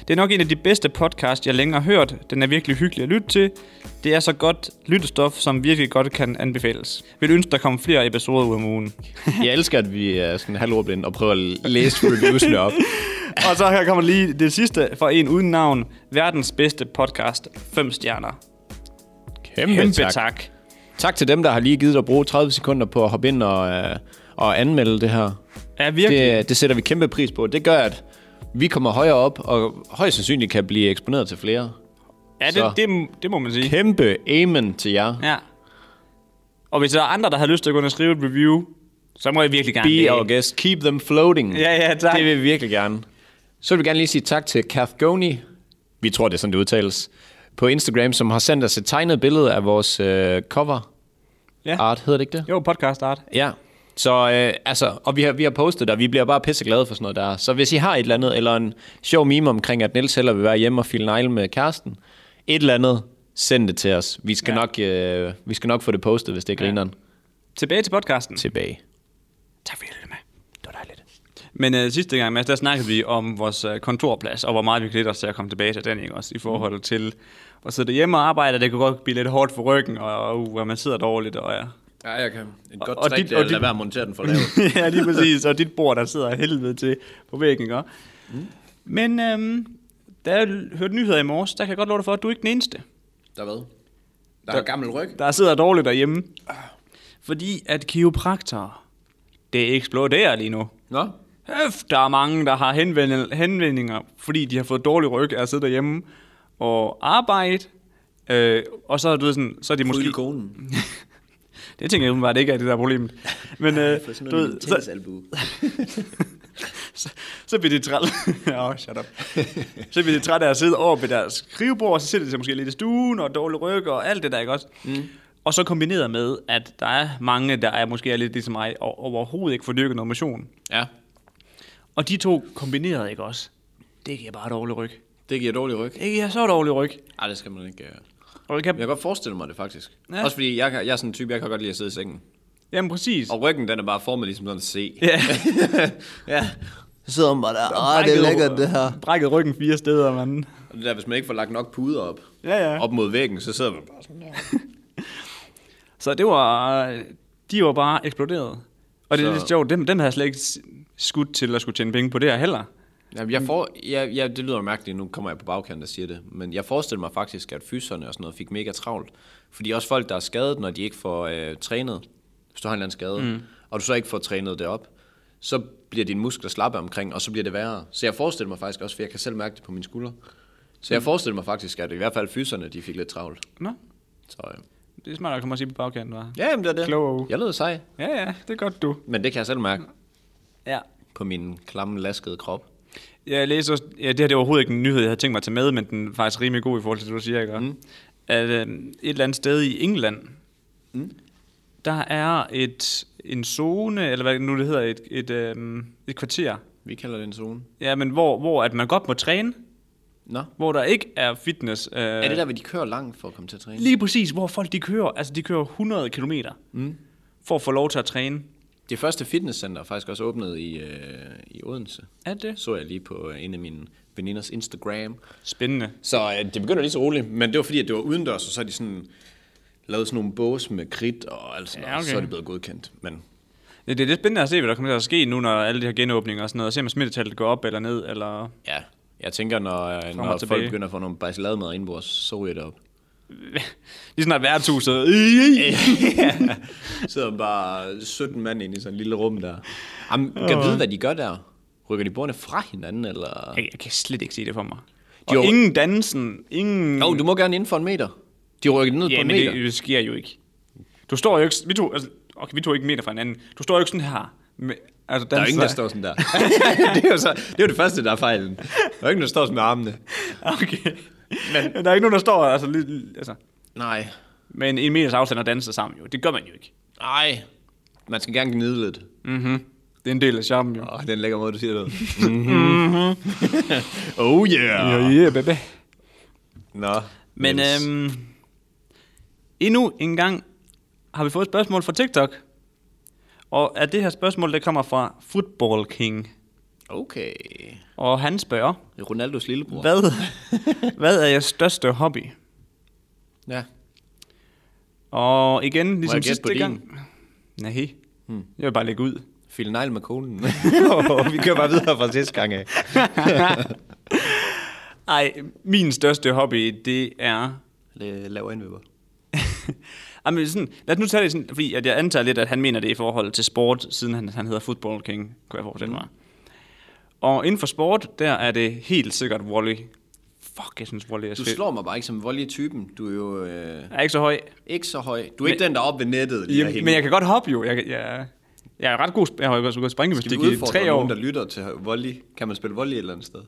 B: Det er nok en af de bedste podcast, jeg længere har hørt. Den er virkelig hyggelig at lytte til. Det er så godt lyttestof, som virkelig godt kan anbefales. Vil ønske, der kom flere episoder ud om ugen.
A: Jeg elsker, at vi er sådan halvordblinde og prøver at læse reviewsene op.
B: og så her kommer lige det sidste fra en uden navn. Verdens bedste podcast. 5 stjerner.
A: Kæmpe,
B: Kæmpe tak. tak.
A: Tak til dem, der har lige givet at bruge 30 sekunder på at hoppe ind og, øh, og anmelde det her.
B: Ja, virkelig.
A: Det, det sætter vi kæmpe pris på. Det gør, at vi kommer højere op, og højst sandsynligt kan blive eksponeret til flere.
B: ja,
A: så-
B: det, det, det må man sige.
A: Kæmpe amen til jer.
B: Ja. Og hvis der er andre, der har lyst til at gå ind og skrive et review, så må jeg virkelig gerne
A: Be
B: det.
A: our guest. Keep them floating.
B: Ja, ja, tak.
A: Det vil vi virkelig gerne. Så vil vi gerne lige sige tak til Kafgoni. Vi tror, det er sådan, det udtales. På Instagram, som har sendt os et tegnet billede af vores øh, cover.
B: Ja.
A: Art hedder det ikke det?
B: Jo, podcast art.
A: Ja. Så øh, altså, og vi har, vi har postet der, vi bliver bare pisseglade for sådan noget der. Så hvis I har et eller andet, eller en sjov meme omkring, at Niels heller vil være hjemme og file negle med kæresten, et eller andet, send det til os. Vi skal,
B: Ja.
A: ja. nok, øh, vi skal nok få det postet, hvis det er grineren,
B: Tilbage til podcasten.
A: tilbage.
B: Tak fordi I lyttede med.
A: Det var dejligt.
B: Men øh, sidste gang, Mads, der snakkede vi om vores øh, kontorplads, og hvor meget vi glæder os til at komme tilbage til den, ikke også, i forhold til at sidde derhjemme og arbejde, det kan godt blive lidt hårdt for ryggen, og, og uh, man sidder dårligt, og ja.
A: Ja, jeg kan. Et
B: godt Og- og trick, dit- det er og at dit- lade være
A: at montere den for lavt.
B: ja, lige præcis, og dit bord, der sidder af helvede til på væggen, ikke også? Mm. Men øhm, da jeg l- hørte nyheder i morges, der kan jeg godt love dig for, at du er ikke den eneste.
A: Der hvad? Der er gammel ryg.
B: der sidder dårligt derhjemme. Fordi at kiropraktorer, det eksploderer lige nu.
A: Nå?
B: Øf, der er mange, der har henvend- henvendinger, fordi de har fået dårlig ryg af at sidde derhjemme og arbejde. Øh, og så, er du ved, sådan, så er de måske...
A: konen.
B: Det tænker jeg umiddelbart ikke er det der er problemet. Men øh, du ved, så, så, så bliver de træt. oh, shut up. så bliver de træt af at sidde over ved deres skrivebord, og så sidder de sig måske lidt i stuen, og dårlig ryg, og alt det der, ikke også? Mm. Og så kombineret med, at der er mange, der er måske er lidt ligesom mig, og overhovedet ikke får dyrket noget motion.
A: Ja,
B: Og de to kombineret, ikke også? Det giver bare dårlig ryg.
A: det giver dårlig ryg.
B: Det giver så dårlig ryg.
A: Nej, det skal man ikke. øh.
B: Og det kan,
A: Jeg kan godt forestille mig det faktisk.
B: Ja.
A: Ja. Også fordi jeg, kan- jeg er sådan en type, jeg kan godt lide at sidde i sengen.
B: jamen præcis.
A: Og ryggen, den er bare formet ligesom sådan en C.
B: Ja.
A: ja. Så sidder man bare der, ah, det er lækkert det her.
B: Brækket ryggen fire steder, mand.
A: Og det der, hvis man ikke får lagt nok puder op,
B: Ja, ja.
A: op mod væggen, så sidder man bare sådan.
B: Så det var, de var bare eksploderet. Og det er
A: Så-
B: lidt sjovt, den, den havde jeg slet ikke s- skudt til at skulle tjene penge på det her heller.
A: Jamen, jeg for, jeg, jeg, det lyder mærkeligt, nu kommer jeg på bagkanten og siger det, men jeg forestiller mig faktisk, at fyserne og sådan noget fik mega travlt. Fordi også folk, der er skadet, når de ikke får øh, trænet, hvis du har en eller anden skade, mm. og du så ikke får trænet det op, så bliver dine muskler slappe omkring, og så bliver det værre. Så jeg forestiller mig faktisk også, for jeg kan selv mærke det på mine skuldre, så jeg forestiller mig faktisk, at i hvert fald fyserne, de fik lidt travlt.
B: Nå,
A: Så, øh.
B: det er smart at komme og sige på bagkanten, var.
A: Ja, jamen, det er det.
B: Klog.
A: Jeg lød sej,
B: Ja, ja, det er godt du.
A: men det kan jeg selv mærke
B: Ja.
A: på min klamme, laskede krop.
B: Jeg læste også, ja, det her det er overhovedet ikke en nyhed, jeg havde tænkt mig at tage med, men den er faktisk rimelig god i forhold til det, du siger, ikke? Mm. At øh, et eller andet sted i England, mm. der er et, en zone, eller hvad nu det hedder, et, et, øh, et kvarter,
A: Vi kalder det en zone.
B: ja, men hvor, hvor at man godt må træne,
A: Nå,
B: hvor der ikke er fitness. Øh,
A: er det der, hvor de kører langt for at komme til at træne?
B: Lige præcis, hvor folk de kører, altså de kører 100 km mm. for at få lov til at træne.
A: Det første fitnesscenter er faktisk også åbnet i, øh, i Odense.
B: Er det?
A: Så jeg lige på øh, en af mine veninders Instagram.
B: Spændende.
A: Så øh, det begynder lige så roligt, men det var fordi, at det var udendørs, og så er de sådan lavet sådan nogle bås med kridt og alt sådan
B: Ja,
A: noget, og så
B: okay.
A: er det blevet godkendt. Men
B: Det, det er lidt spændende at se, hvad der kommer til at ske nu, når alle de her genåbninger og sådan noget, og se om smittetallet går op eller ned, eller
A: ja, jeg tænker, når, øh, når folk
B: tilbage.
A: begynder at få nogle bajsalademad indbords, så ryger det op.
B: lige snart værtshuset. Øh, øh.
A: sidder bare 17 mand inde i sådan et lille rum der. Jamen, kan jeg vide, hvad de gør der? Rykker de bordene fra hinanden, eller?
B: Jeg, jeg kan slet ikke se det for mig. Og
A: Jo.
B: jo. ingen dansen, ingen...
A: Jo, du må gerne inden for en meter. De rykker ned på
B: ja,
A: en
B: men
A: meter.
B: det, det, sker jo ikke. Du står jo ikke... Vi to, altså, okay, vi to er ikke en meter fra hinanden. Du står jo ikke sådan her. Med, altså,
A: Der er jo ingen, der står sådan der. det, er jo så, det er jo det første, der er fejlen. Der er jo ingen, der står sådan med armene.
B: Okay.
A: Men-
B: Men... Der er ikke nogen, der står altså, lige, altså,
A: Nej.
B: med en, en meters afstand og danser sammen. Jo. Det gør man jo ikke.
A: Nej. Man skal gerne gnide lidt.
B: Det er en del af charmen, jo.
A: Åh, oh, den lækker måde, du siger det. mm-hmm. oh yeah.
B: Ja, ja, baby.
A: Nå.
B: Men
A: Niels.
B: øhm, endnu en gang har vi fået et spørgsmål fra TikTok. Og er det her spørgsmål, det kommer fra Football King.
A: Okay.
B: Og han spørger,
A: Ronaldos lillebror.
B: hvad, hvad er jeres største hobby?
A: Ja.
B: Og igen, ligesom
A: jeg gætte på
B: sidste
A: din?
B: gang. Nej, hmm. jeg vil bare lægge ud.
A: Fil negl med konen. vi kører bare videre fra sidste gang af.
B: Ej, min største hobby, det er
A: øh, Lav indvipper.
B: Jamen, sådan, lad os nu tage det sådan, fordi at jeg antager lidt, at han mener det i forhold til sport, siden han, han hedder Football King, kunne jeg
A: Mm.
B: forestille mig. Og inden for sport, der er det helt sikkert volley. Fuck, jeg synes volley er
A: Du
B: fedt.
A: slår mig bare ikke som voldelig typen. Du er jo øh,
B: Jeg er ikke så høj,
A: ikke så høj. Du er ikke den, der er oppe ved nettet. Lige
B: Jamen, men jeg kan godt hoppe jo. Jeg, kan- jeg, jeg er ret god, sp- jeg har jo også gået springgymnastik i tre år.
A: nogen, der lytter til volley. Kan man spille volley et eller andet sted?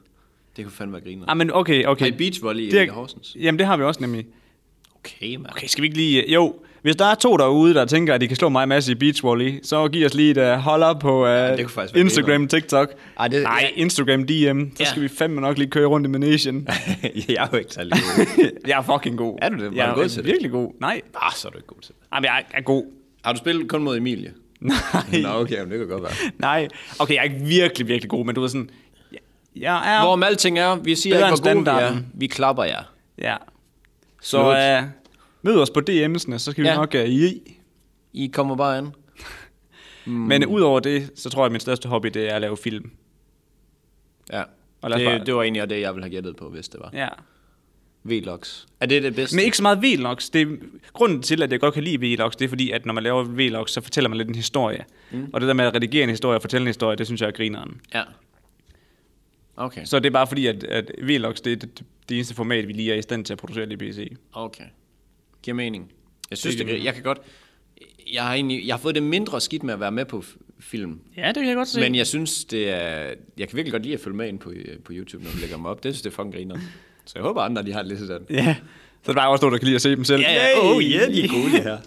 A: Det kunne fandme være griner.
B: Ah, men okay, okay.
A: Har I beachvolley i
B: Det er-
A: Emilie Horsens?
B: Jamen, det har vi også nemlig.
A: Okay, mand.
B: Okay, skal vi ikke lige... Jo, hvis der er to derude, der tænker, at de kan slå mig en masse i beachvolley, så giv os lige et uh, holder på uh, ja,
A: det kunne faktisk være
B: Instagram, TikTok.
A: Ej, det-
B: Nej, Instagram DM. Så
A: Ja.
B: ja. skal vi fandme nok lige køre rundt i Manesien.
A: jeg er jo ikke særlig
B: jeg er fucking god.
A: Er du det? Var
B: Jeg
A: du
B: er
A: god til det?
B: virkelig god. Nej,
A: Ah, så er du ikke god til det.
B: Jamen, jeg er- jeg er god.
A: Har du spillet kun mod Emilie?
B: Nej,
A: Nå, okay, men det kan godt være.
B: nej. Okay, jeg er ikke virkelig, virkelig god, men du ved sådan... Jeg, jeg er...
A: Hvorom alting er, vi siger
B: Bedre
A: ikke, hvor
B: end
A: gode vi er.
B: standarden.
A: Vi klapper jer.
B: Ja. Så
A: Slut.
B: uh, mød os på DM'sene, så skal vi
A: Ja.
B: nok uh, i.
A: I kommer bare an. Mm.
B: Men uh, udover det, så tror jeg, at min største hobby, det er at lave film.
A: Ja.
B: Og lad os
A: Det,
B: bare-
A: det var egentlig også det, jeg ville have gættet på, hvis det var.
B: Ja.
A: Vlogs. Er det det bedste?
B: Men ikke så meget vlogs. Det er, grunden til, at jeg godt kan lide vlogs, det er fordi, at når man laver vlogs, så fortæller man lidt en historie. Mm. Og det der med at redigere en historie og fortælle en historie, det synes jeg er grineren.
A: Ja. Okay.
B: Så det er bare fordi, at, at vlogs, det er det, det eneste format, vi lige er i stand til at producere lige pc.
A: Okay. Giver mening. Jeg synes,
B: Det
A: det,
B: giver
A: det jeg kan godt... Jeg har, egentlig, jeg har fået det mindre skidt med at være med på f- film.
B: Ja, det kan jeg godt se.
A: Men jeg synes, det er... Jeg kan virkelig godt lide at følge med ind på, øh, på YouTube, når du lægger dem op. Det synes jeg, det er fucking griner. Så jeg håber, andre de har det lidt sådan.
B: Ja. Så er der er også nogen, der kan lide at se dem selv. Yay!
A: Oh, gode, det her.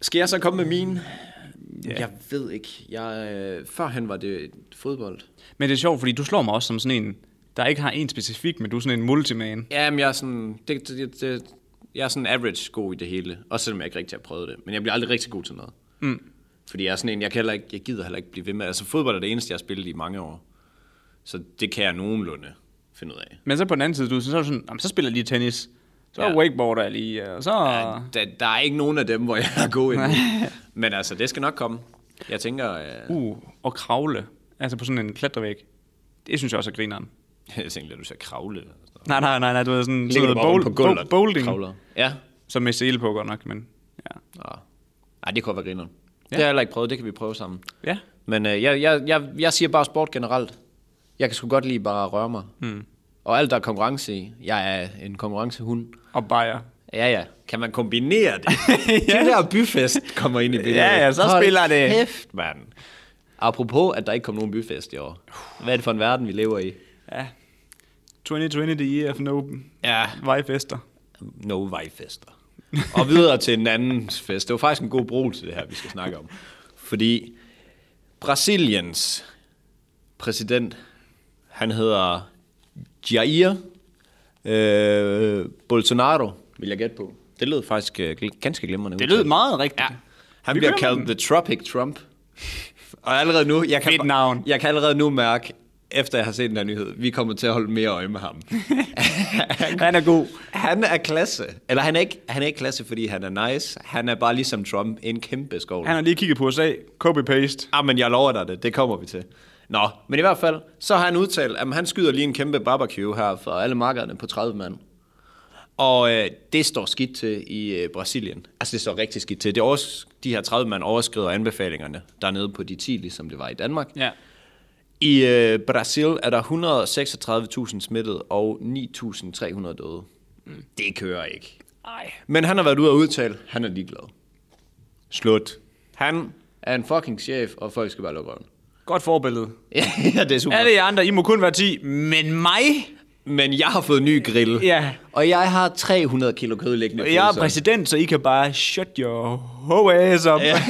A: Skal jeg så komme med mine? Yeah. Jeg ved ikke. Jeg, øh, førhen var det fodbold.
B: Men det er sjovt, fordi du slår mig også som sådan en, der ikke har en specifik, men du er sådan en multiman.
A: Jamen, jeg er sådan... Det, det, det, det, jeg er sådan average god i det hele. Også selvom jeg ikke rigtig har prøvet det. Men jeg bliver aldrig rigtig god til noget. Mm. Fordi jeg er sådan en, jeg, kan heller ikke, jeg gider heller ikke blive ved med. Altså, fodbold er det eneste, jeg har spillet i mange år. Så det kan jeg nogenlunde finde ud af.
B: Men så på den anden side, du, så, er du sådan, jamen, så spiller jeg lige tennis. Så
A: Ja.
B: ja. wakeboarder jeg lige, og så...
A: Ja, der, der er ikke nogen af dem, hvor jeg er god endnu. Men altså, det skal nok komme. Jeg tænker, øh,
B: Uh, og kravle. Altså på sådan en klatrevæg. Det synes jeg også er grineren.
A: jeg tænker, lidt, du skal kravle. eller sådan noget.
B: Nej, nej, nej, nej, du ved sådan...
A: Ligger du
B: sådan
A: bare rundt på gulvet og
B: bowling,
A: kravler? Ja.
B: som med sele på godt nok, men ja.
A: Nå. Ej, det kunne være grineren. Ja. Det
B: Ja.
A: har jeg heller ikke prøvet, det kan vi prøve sammen.
B: Ja,
A: Men øh, jeg, jeg, jeg, jeg siger bare sport generelt. Jeg kan sgu godt lide bare at røre mig. Mm. Og alt, der er konkurrence i. Jeg er en konkurrencehund.
B: og bajer.
A: Ja, ja. Kan man kombinere det? ja. Det der byfest kommer ind i billedet.
B: Ja, ja, så
A: Hold
B: spiller det.
A: Kæft, mand. Apropos, at der ikke kom nogen byfest i år. Hvad er det for en verden, vi lever i?
B: Ja. 2020, the year of no
A: Ja.
B: vejfester.
A: No vejfester. Og videre til en anden fest. Det var faktisk en god brug til det her, vi skal snakke om. Fordi Brasiliens præsident, han hedder Jair øh, Bolsonaro, vil jeg gætte på. Det lød faktisk øh, gl- ganske glimrende.
B: Det
A: udtalt.
B: lød meget rigtigt.
A: Ja. Han
B: Vi
A: bliver
B: kører
A: kaldt
B: med
A: The Tropic Trump. Og allerede nu, jeg kan,
B: Fedt navn.
A: jeg kan allerede nu mærke, efter jeg har set den her nyhed, vi kommer til at holde mere øje med ham.
B: Han er god.
A: Han er klasse. Eller han er, ikke, han er ikke klasse, fordi han er nice. Han er bare ligesom Trump. En kæmpe skål.
B: Han
A: Han...
B: har lige kigget på USA. Copy-paste.
A: Ah, men jeg lover dig det. Det kommer vi til. Nå, men i hvert fald, så har han udtalt, at han skyder lige en kæmpe barbecue her for alle markederne på 30 mand. Og øh, det står skidt til i øh, Brasilien. Altså, det står rigtig skidt til. Det er også, de her 30 mand overskrider anbefalingerne dernede på de 10, ligesom det var i Danmark.
B: Ja.
A: I øh, Brasil er der 136.000 smittede og 9.300 døde. Mm, Det kører ikke.
B: Ej.
A: Men han har været ude og udtale, han er ligeglad. Slut. Han er en fucking chef, og folk skal bare lukke røven.
B: Godt forbillede.
A: ja, det er super.
B: Alle jer andre, I må kun være 10, men mig?
A: Men jeg har fået ny grill.
B: Ja.
A: Og jeg har 300 kilo kød liggende. i
B: Jeg er
A: fryseren.
B: præsident, så I kan bare shut your ho ass up. Ja.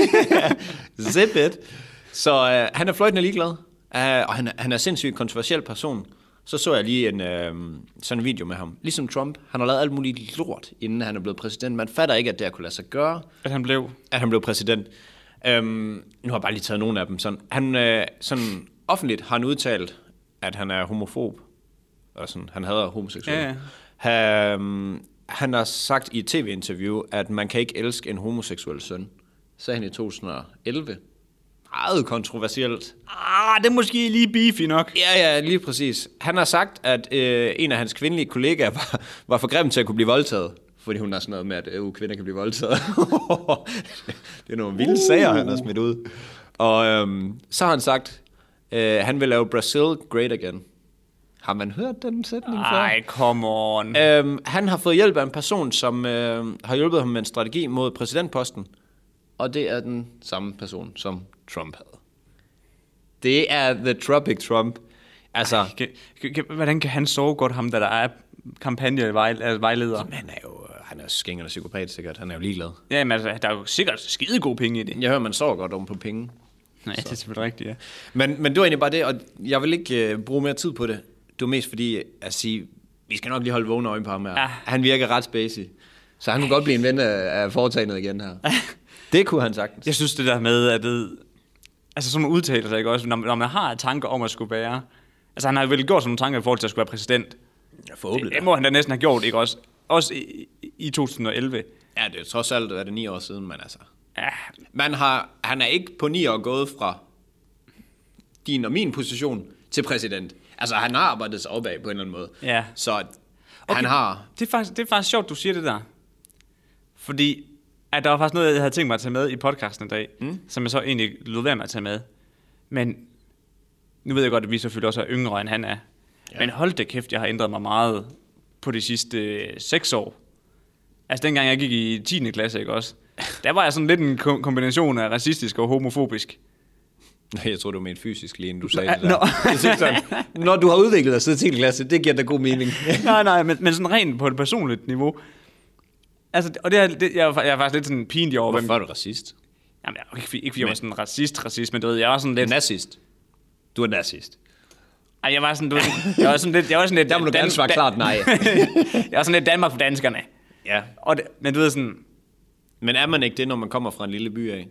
A: Zip it. Så øh, han er fløjtende ligeglad, øh, og han, er- han er sindssygt kontroversiel person. Så så jeg lige en øh, sådan en video med ham. Ligesom Trump, han har lavet alt muligt lort, inden han er blevet præsident. Man fatter ikke, at det har kunne lade sig gøre,
B: At han blev.
A: at han blev præsident. Øhm, nu har jeg bare lige taget nogle af dem. Sådan. Han, øh, sådan offentligt har han udtalt, at han er homofob. Og sådan, han hader homoseksuelle. Ja. Øhm, han har sagt i et tv-interview, at man kan ikke elske en homoseksuel søn. Sagde han i 2011. Meget kontroversielt.
B: Ah, det er måske lige beefy nok.
A: Ja, ja, lige præcis. Han har sagt, at øh, en af hans kvindelige kollegaer var, var for grim til at kunne blive voldtaget. Fordi hun har sådan noget med, at øh, kvinder kan blive voldtaget. det er nogle vilde uh. sager, han har smidt ud. Og øhm, så har han sagt, øh, han vil lave Brazil great again. Har man hørt den sætning før?
B: Ej, come on.
A: Øhm, han har fået hjælp af en person, som øh, har hjulpet ham med en strategi mod præsidentposten. Og det er den samme person, som Trump havde. Det er The Tropic Trump. Altså, Ej,
B: Kan, kan, kan, hvordan kan han sove godt, ham der, der er kampagne altså vejleder?
A: han er jo øh, han er skængende psykopat sikkert. Han er jo ligeglad.
B: Jamen altså, der er jo sikkert skide gode penge i det.
A: Jeg hører, man sover godt om på penge.
B: Nej, det er selvfølgelig rigtigt, ja.
A: Men, men det var egentlig bare det, og jeg vil ikke øh, bruge mere tid på det. Det var mest fordi, at sige, vi skal nok lige holde vågne øjne på ham her.
B: Ja.
A: Han virker ret spacey. Så han kunne godt blive en ven af, af foretagendet igen her. Det kunne han sagtens.
B: Jeg synes det der med, at det, altså sådan nogle udtalelser, ikke også, når, når man har tanker om at skulle være, altså han har vel gjort sådan nogle tanker i forhold til at skulle være præsident.
A: Forhåbentlig.
B: Det, det må han da næsten have gjort, ikke også? Også i, i 2011.
A: Ja, det er trods alt, er det ni år siden, men altså...
B: Ja,
A: Man har, han er ikke på ni år gået fra din og min position til præsident. Altså, han har arbejdet sig opad på en eller anden måde.
B: Ja.
A: Så okay. han har...
B: det, er faktisk, det er faktisk sjovt, du siger det der. Fordi at der var faktisk noget, jeg havde tænkt mig at tage med i podcasten i dag, mm. som jeg så egentlig lød være med at tage med. Men nu ved jeg godt, at vi selvfølgelig også er yngre, end han er. Ja. Men hold da kæft, jeg har ændret mig meget på de sidste øh, seks år. Altså dengang jeg gik i 10. klasse, ikke også? Der var jeg sådan lidt en ko- kombination af racistisk og homofobisk.
A: Nej, jeg tror, du mente fysisk lige inden du sagde
B: Ja,
A: det der.
B: nå.
A: Jeg synes sådan, når du har udviklet dig siden 10. klasse, det giver da god mening.
B: nej, nej, men, men sådan rent på et personligt niveau. Altså, og det, er, det jeg, er, fa- jeg er faktisk lidt sådan pinlig over, hvem...
A: Hvorfor er du racist?
B: Jamen, jeg, ikke, fordi- ikke fordi jeg var sådan racist, racist, men du ved, jeg var sådan lidt...
A: Nazist. Du er nazist.
B: Ej, jeg var sådan, du ved, jeg var sådan lidt... Jeg var sådan lidt
A: Der må du gerne svare klart nej.
B: jeg var sådan lidt Danmark for danskerne.
A: Ja.
B: Og det, men du ved sådan...
A: Men er man ikke det, når man kommer fra en lille by af?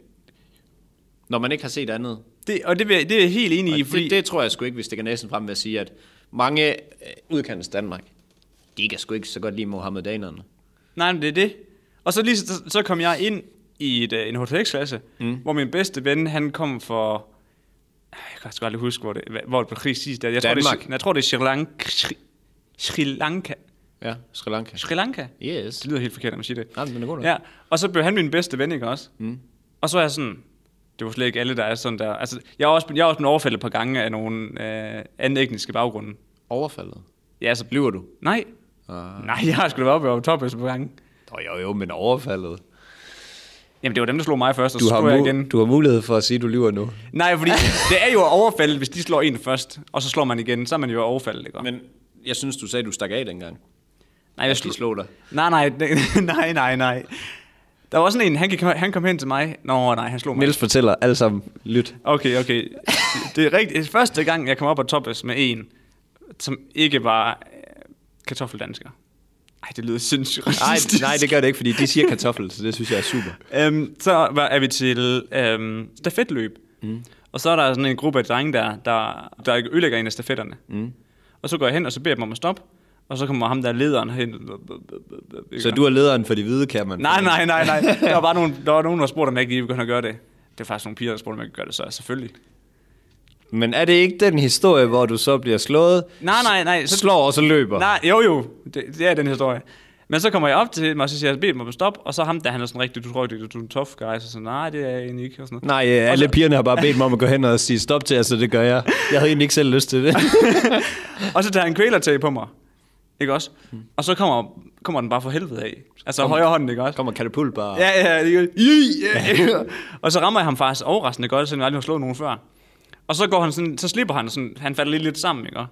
A: Når man ikke har set andet?
B: Det, og det, vil jeg- det er jeg helt enig i,
A: Og
B: fordi...
A: det, det tror jeg sgu ikke, vi stikker næsen frem ved at sige, at mange øh, udkants Danmark, de kan sgu ikke så godt lide Mohammedanerne.
B: Nej, men det er det. Og så lige så, så kom jeg ind i et, øh, en HTX-klasse, mm. hvor min bedste ven, han kom fra... Ej, Jeg kan sgu aldrig huske, hvor det, hva- hvor det blev krig sidst. Jeg tror, det er,
A: Danmark.
B: jeg tror, det er Sri Lanka. Sri, Sri Lanka.
A: Ja, Sri Lanka.
B: Sri Lanka?
A: Yes.
B: Det lyder helt forkert, når man siger det.
A: Nej, men den er god nok.
B: Ja, og så blev han min bedste ven, ikke også? Mm. Og så er jeg sådan, det var slet ikke alle, der er sådan der. Altså, jeg er også, jeg er også blevet overfaldet et par gange af nogle øh, anden etniske baggrunde.
A: Overfaldet.
B: Ja, så blev...
A: Lyver du?
B: Nej. Uh.
A: Ah.
B: Nej, jeg har sgu da været oppe over toppen et par gange.
A: Nå, jo, jo, men overfaldet.
B: Jamen, det var dem, der slog mig først, og så slog jeg igen.
A: du har mulighed for at sige, at du lyver nu.
B: Nej, fordi det er jo overfaldet, hvis de slår en først, og så slår man igen, så er man jo overfaldet, ikke? Men,
A: Men jeg synes, du sagde, at du stak af dengang.
B: nej, jeg
A: at de slog dig.
B: Nej, nej, nej, nej, nej. Der var sådan en, han, gik, han kom hen til mig. Nå, nej, han slog mig.
A: fortæller alle sammen, lyt.
B: Okay, okay. Det er rigtigt. Første gang, jeg kom op på toppes med en, som ikke var øh, kartoffeldansker. Ej, det lyder sindssygt
A: Nej,
B: racistisk.
A: nej, det gør det ikke, fordi de siger kartoffel, så det synes jeg er super.
B: Øhm, så var, er vi til øhm, stafetløb. Mm. Og så er der sådan en gruppe af drenge, der, der, der ødelægger en af stafetterne. Mm. Og så går jeg hen, og så beder jeg dem om at stoppe. Og så kommer ham der lederen hen.
A: Så du er lederen for de hvide, kan man?
B: Nej, nej, nej, nej. Der var bare nogen, der, var nogen, der spurgte, om jeg ikke lige ville begynde at gøre det. Det var faktisk nogle piger, der spurgte, om jeg ikke gøre det, så selvfølgelig.
A: Men er det ikke den historie, hvor du så bliver slået,
B: Nej, nej, nej.
A: så... slår og så løber?
B: Nej, jo jo, det, det er den historie. Men så kommer jeg op til dem, og så siger jeg, bed dem om at stoppe, og så ham der, han er sådan rigtig, du tror, det er du er en tough guy, så sådan, nej, det er jeg egentlig ikke, og sådan noget.
A: Nej, øh, alle pigerne har bare bedt mig om at gå hen og sige stop til jer, så det gør jeg. Jeg havde egentlig ikke selv lyst til det.
B: Og så tager han kvælertag på mig. Ikke også? Og så kommer, kommer den bare for helvede af. Altså kommer, højre hånden, ikke også?
A: Kommer katapult bare.
B: Ja, ja, ja. Yeah, yeah. og så rammer jeg ham faktisk overraskende godt, selvom jeg aldrig har slået nogen før. Og så går han sådan, så slipper han sådan, han falder lige lidt sammen, ikke også?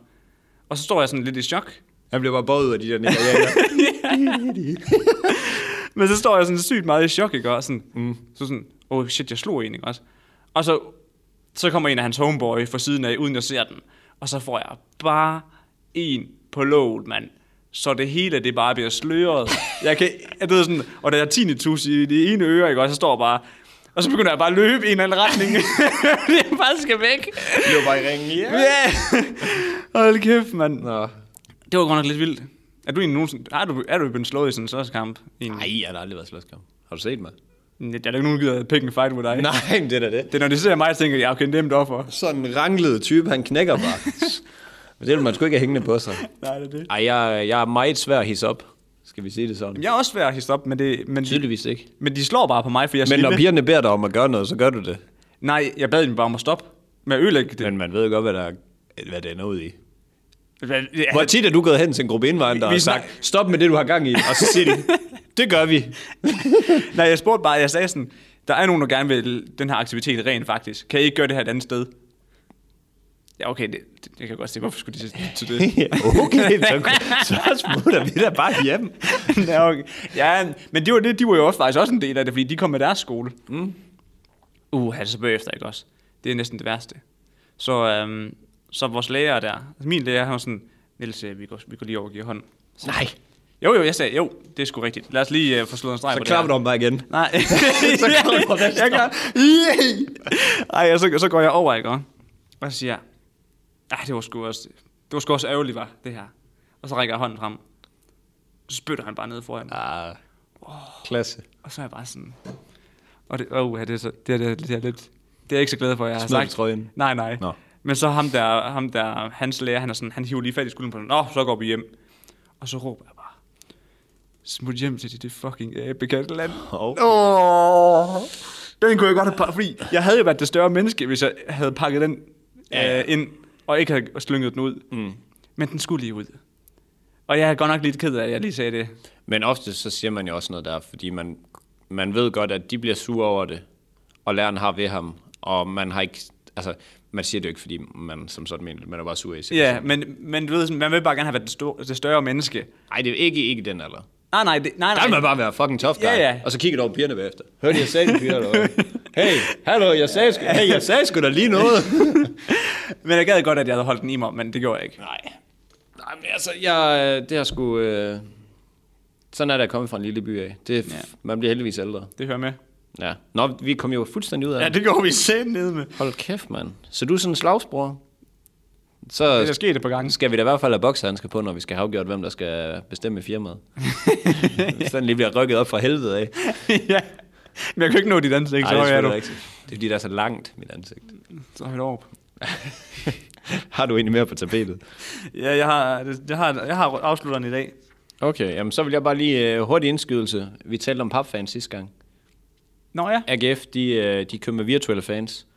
B: Og så står jeg sådan lidt i chok.
A: Han bliver bare båret ud af de der nigerianer.
B: Men så står jeg sådan sygt meget i chok, ikke også? Sådan, mm. Så sådan, oh shit, jeg slog en, ikke også? Og så, så kommer en af hans homeboy fra siden af, uden jeg ser den. Og så får jeg bare en på låget, mand. Så det hele, det bare bliver sløret. Jeg kan, jeg ved sådan, og der er tinnitus i det ene øre, ikke også? Så står jeg bare, og så begynder jeg bare at løbe i en eller anden retning. jeg bare skal væk.
A: Løber bare i ringen. Ja.
B: Yeah. Hold kæft, mand.
A: Nå.
B: Det var godt nok lidt vildt. Er du egentlig nogensinde, er du, er du blevet slået i sådan en slåskamp? egentlig?
A: Nej, jeg har da aldrig været i slåskamp. Har du set mig?
B: Jeg er da ikke nogen, der gider pick en fight med dig.
A: Nej, men det er da det.
B: Det er, når de ser mig, så tænker jeg, okay, nemt offer.
A: Sådan en ranglet type, han knækker bare. Men det vil man sgu ikke have hængende på sig.
B: Nej, det er det.
A: Ej, jeg, jeg er meget svær at hisse op. Skal vi sige det sådan?
B: Jeg er også svær at hisse op, men, det, men, de,
A: Tydeligvis ikke.
B: men de slår bare på mig, for jeg er
A: Men
B: så
A: når
B: lille.
A: pigerne beder dig om at gøre noget, så gør du det.
B: Nej, jeg bad dem bare om at stoppe med at ødelægge det.
A: Men man ved jo godt, hvad, der, hvad det ender ud i.
B: Hvad- ja,
A: Hvor tit er du gået hen til en gruppe indvandrere
B: Vi
A: og
B: snak-
A: sagt, stop med det, du har gang i, og så siger de, det gør vi.
B: Nej, jeg spurgte bare, jeg sagde sådan, der er nogen, der gerne vil den her aktivitet rent faktisk. Kan I ikke gøre det her et andet sted? Ja, okay, det, det, jeg kan jeg godt se, hvorfor skulle de sige til det?
A: okay, så, så smutter vi da bare hjem.
B: ja, okay. ja, men det var det, de var jo også faktisk også en del af det, fordi de kom med deres skole. Mm. Uh, altså bagefter, ikke også? Det er næsten det værste. Så, øhm, så vores lærer der, altså min lærer, han var sådan, Niels, øh, vi går, vi går lige over og giver hånd.
A: Nej.
B: Jo, jo, jeg sagde, jo, det er sgu rigtigt. Lad os lige øh, få slået en streg
A: Så
B: på det
A: klapper
B: her.
A: du om mig igen.
B: Nej.
A: Så klapper du på
B: jeg,
A: venstre.
B: jeg gør, Ej, og så, så går jeg over, ikke også? Og så siger jeg, "Ej, det var sgu også, det var sgu også ærgerligt, var det her. Og så rækker jeg hånden frem. Så spytter han bare ned foran.
A: Ah, klasse.
B: Og så er jeg bare sådan... Og det, oh, ja, det, er så, det, er, det, er, det er lidt... Det er jeg ikke så glad for, jeg har
A: Smider du
B: sagt.
A: trøjen?
B: Nej, nej.
A: Nå.
B: Men så ham der, ham der, hans lærer, han, er sådan, han hiver lige fat i skulderen på den. Nå, så går vi hjem. Og så råber jeg bare. Smut hjem til det, det fucking æbekatteland.
A: Okay.
B: Oh. Den kunne jeg godt have pakket, fordi jeg havde jo været det større menneske, hvis jeg havde pakket den
A: Ja,
B: ja,
A: ja.
B: ja. Øh, ind, og ikke havde slynget den ud. Mm. Men den skulle lige ud. Og jeg er godt nok lidt ked af, at jeg lige sagde det.
A: Men ofte så siger man jo også noget der, fordi man, man ved godt, at de bliver sure over det, og læreren har ved ham, og man har ikke, altså, man siger det jo ikke, fordi man som sådan mener det, man er bare sur i sig.
B: Ja, men, men du ved, sådan, man vil bare gerne have været det, store, det større menneske.
A: Ej, det er jo ikke, ikke den alder.
B: Nej, nej, det, nej,
A: Der vil
B: nej.
A: man bare være fucking tough guy.
B: Ja, ja.
A: Og så kigger du over på pigerne bagefter. Hørte jeg sagde det, piger, eller hvad? Hey, hallo, jeg sagde, sgu- hey, jeg sagde sgu da lige noget.
B: Men jeg gad godt, at jeg havde holdt den i mig, men det gjorde jeg ikke.
A: Nej. Nej, men altså, jeg, øh, det har sgu... Øh, sådan er det at komme fra en lille by af. Det, ja. Man bliver heldigvis ældre.
B: Det hører med.
A: Ja. Nå, vi kom jo fuldstændig ud af
B: Ja, det går vi sæt ned med.
A: Hold kæft, mand. Så du er sådan en slagsbror? Så
B: Det er sket et par gange.
A: skal vi da i hvert fald have boksehandsker på, når vi skal have afgjort, hvem der skal bestemme i firmaet. Hvis den lige bliver rykket op fra helvede af.
B: ja. Men jeg kan ikke nå dit ansigt, så
A: Ej, det
B: høj
A: er
B: er du.
A: selvfølgelig rigtigt. Det er fordi, der er så langt, mit ansigt.
B: Så højt op.
A: Har du egentlig mere på tapetet?
B: Ja, jeg har, jeg har, jeg har afslutteren i dag.
A: Okay, jamen så vil jeg bare lige uh, hurtig indskydelse. Vi talte om papfans sidste gang.
B: Nå ja.
A: AGF, de, øh, de kører med virtuelle fans,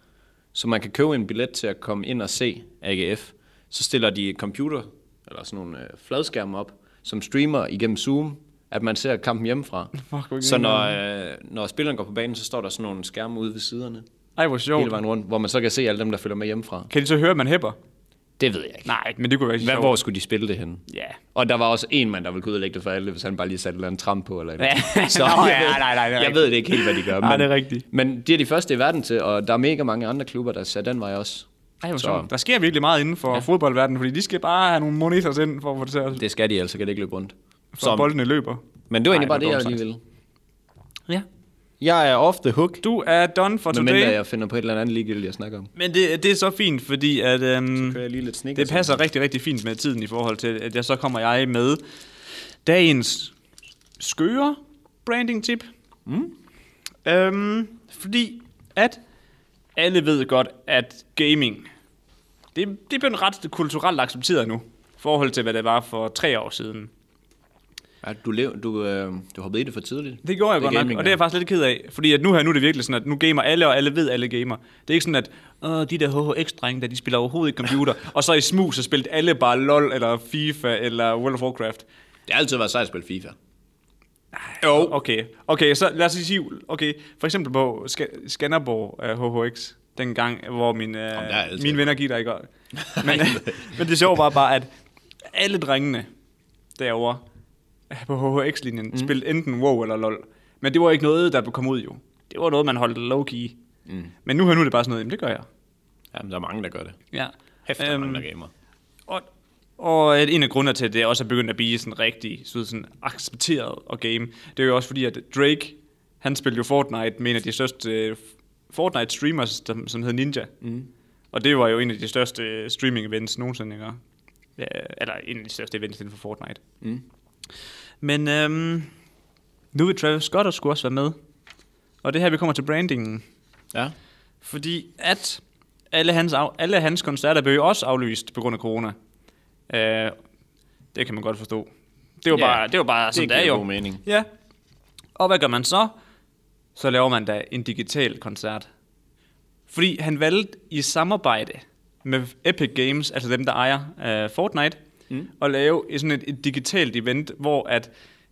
A: så man kan købe en billet til at komme ind og se AGF. Så stiller de et computer, eller sådan nogle øh, fladskærme op, som streamer igennem Zoom, at man ser kampen hjemmefra.
B: Fuck, hvor
A: så når, øh, når spilleren går på banen, så står der sådan nogle skærme ude ved siderne,
B: Ej, hvor
A: hele
B: sjovt.
A: vejen rundt, hvor man så kan se alle dem, der følger med hjemmefra.
B: Kan de så høre, at man hæpper?
A: Det ved jeg ikke.
B: Nej, men det kunne være
A: Hvad,
B: sjovt.
A: hvor skulle de spille det henne?
B: Ja.
A: Og der var også en mand, der ville kunne ødelægge det for alle, hvis han bare lige satte et eller andet tramp på. Eller et eller
B: Ja.
A: andet. Så
B: Nå,
A: jeg, ved-
B: ja, nej, nej, det er
A: jeg ved det ikke helt, hvad de gør.
B: Nej, det er rigtigt.
A: Men de er de første i verden til, og der er mega mange andre klubber, der ser den vej også.
B: Ej, hvor
A: Så-
B: sjovt. Der sker virkelig meget inden for ja. fodboldverdenen, fordi de skal bare have nogle monitors ind for at få det til at
A: Det skal de altså, kan det ikke løbe rundt.
B: for at boldene løber.
A: men det var
B: Nej,
A: egentlig bare
B: det
A: det,
B: var
A: jeg
B: dumt
A: lige ville.
B: Ja.
A: Jeg er off the hook,
B: Du er done for
A: medmindre
B: today.
A: jeg finder på et eller andet ligegyldigt at snakke om.
B: Men det, det er så fint, fordi at, øhm,
A: Kører jeg lige lidt snikker.
B: det passer rigtig, rigtig fint med tiden i forhold til, at jeg så kommer jeg med dagens skøre branding-tip. Mm. Øhm, fordi at alle ved godt, at gaming, det, det er blevet ret kulturelt accepteret nu, i forhold til, hvad det var for tre år siden.
A: Ja, du, lev, du, øh, du hoppede i det for tidligt.
B: Det gjorde jeg det godt nok,
A: gaming,
B: og det er jeg
A: ja.
B: faktisk lidt ked af. Fordi at nu her, nu er det virkelig sådan, at nu gamer alle, og alle ved, alle gamer. Det er ikke sådan, at Åh, de der HHX-drenge, der de spiller overhovedet ikke computer. og så i smug, så spillede alle bare LOL, eller FIFA, eller World of Warcraft.
A: Det har altid været sejt at spille FIFA.
B: Jo. Okay, okay så lad os lige sige, okay, for eksempel på Sk- Skanderborg uh, HHX, den gang, hvor min, uh,
A: der er altid-
B: mine venner gik der ikke godt. Men, øh, men det sjove var bare, at alle drengene derovre øh, på HHX-linjen mm. spillede enten WoW eller LoL. Men det var ikke noget, der kom ud jo. Det var noget, man holdt low-key. Mm. Men nu her nu er det bare sådan noget, jamen det gør jeg.
A: Jamen, der er mange, der gør det.
B: Ja.
A: Hæfter øhm, mange, der gamer.
B: Og, og at en af grundene til, at det også er begyndt at blive sådan rigtig så sådan accepteret at game, det er jo også fordi, at Drake, han spillede jo Fortnite med en af de største øh, Fortnite-streamers, som, som hed Ninja. Mm. Og det var jo en af de største streaming-events nogensinde, ikke? Ja, eller en af de største events inden for Fortnite. Mm. Men øhm, nu vil Travis Scott også skulle også være med. Og det er her, vi kommer til brandingen.
A: Ja.
B: Fordi at alle hans, af, alle hans koncerter blev jo også aflyst på grund af corona. Øh, det kan man godt forstå. Det var
A: Ja,
B: bare, det var bare sådan, det er
A: giver
B: jo.
A: god mening.
B: Ja. Og hvad gør man så? Så laver man da en digital koncert. Fordi han valgte i samarbejde med Epic Games, altså dem, der ejer øh, Fortnite, mm. at lave et- sådan et, et digitalt event, hvor at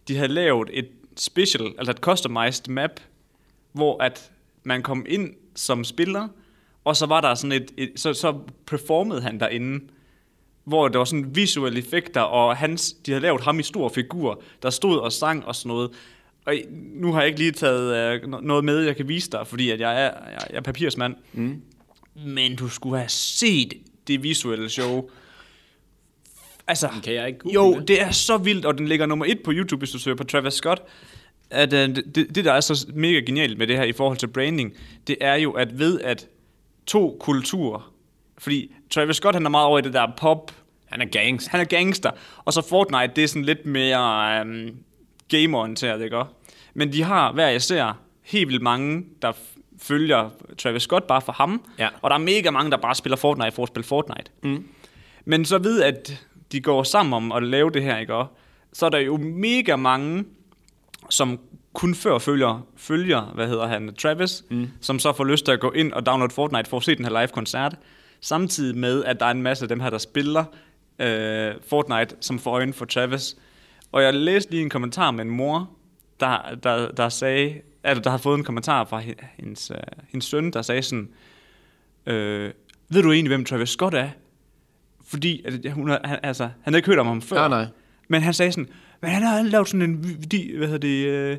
B: de havde lavet et special, altså et customized map, hvor at man kom ind som spiller, og så var der sådan et, et så, så performede han derinde, hvor der var sådan visuelle effekter, og hans, de havde lavet ham i stor figur, der stod og sang og sådan noget. Og i- nu har jeg ikke lige taget øh, no- noget med, jeg kan vise dig, fordi at jeg er, jeg, jeg er papirsmand. Mm. Men du skulle have set det visuelle show. Altså,
A: Kan jeg ikke google
B: jo,
A: det?
B: det er så vildt, og den ligger nummer et på YouTube, hvis du søger på Travis Scott. At, øh, det, det, der er så mega genialt med det her i forhold til branding, det er jo, at ved at to kulturer, fordi Travis Scott, han er meget over i det der pop,
A: Han er gangster.
B: han er gangster. Og så Fortnite, det er sådan lidt mere øhm, gamer-orienteret, ikke også? Men de har hver især helt vildt mange, der f- følger Travis Scott bare for ham.
A: Ja.
B: Og der er mega mange, der bare spiller Fortnite for at spille Fortnite. Mm. Men så ved, at de går sammen om at lave det her, ikke også? Så er der jo mega mange, som kun før følger, følger hvad hedder han, Travis, mm. som så får lyst til at gå ind og downloade Fortnite for at se den her live koncert, samtidig med, at der er en masse af dem her, der spiller øh, Fortnite, som får øjne for Travis. Og jeg læste lige en kommentar med en mor, der, der, der sagde, altså der har fået en kommentar fra hen- hendes, øh, hendes søn, der sagde sådan, øh, ved du egentlig, hvem Travis Scott er? Fordi at, hun, har- han, altså, han havde ikke hørt om ham
A: Nej,
B: før.
A: nej.
B: Men han sagde sådan, men han har lavet sådan en vi- de, hvad hedder det, øh,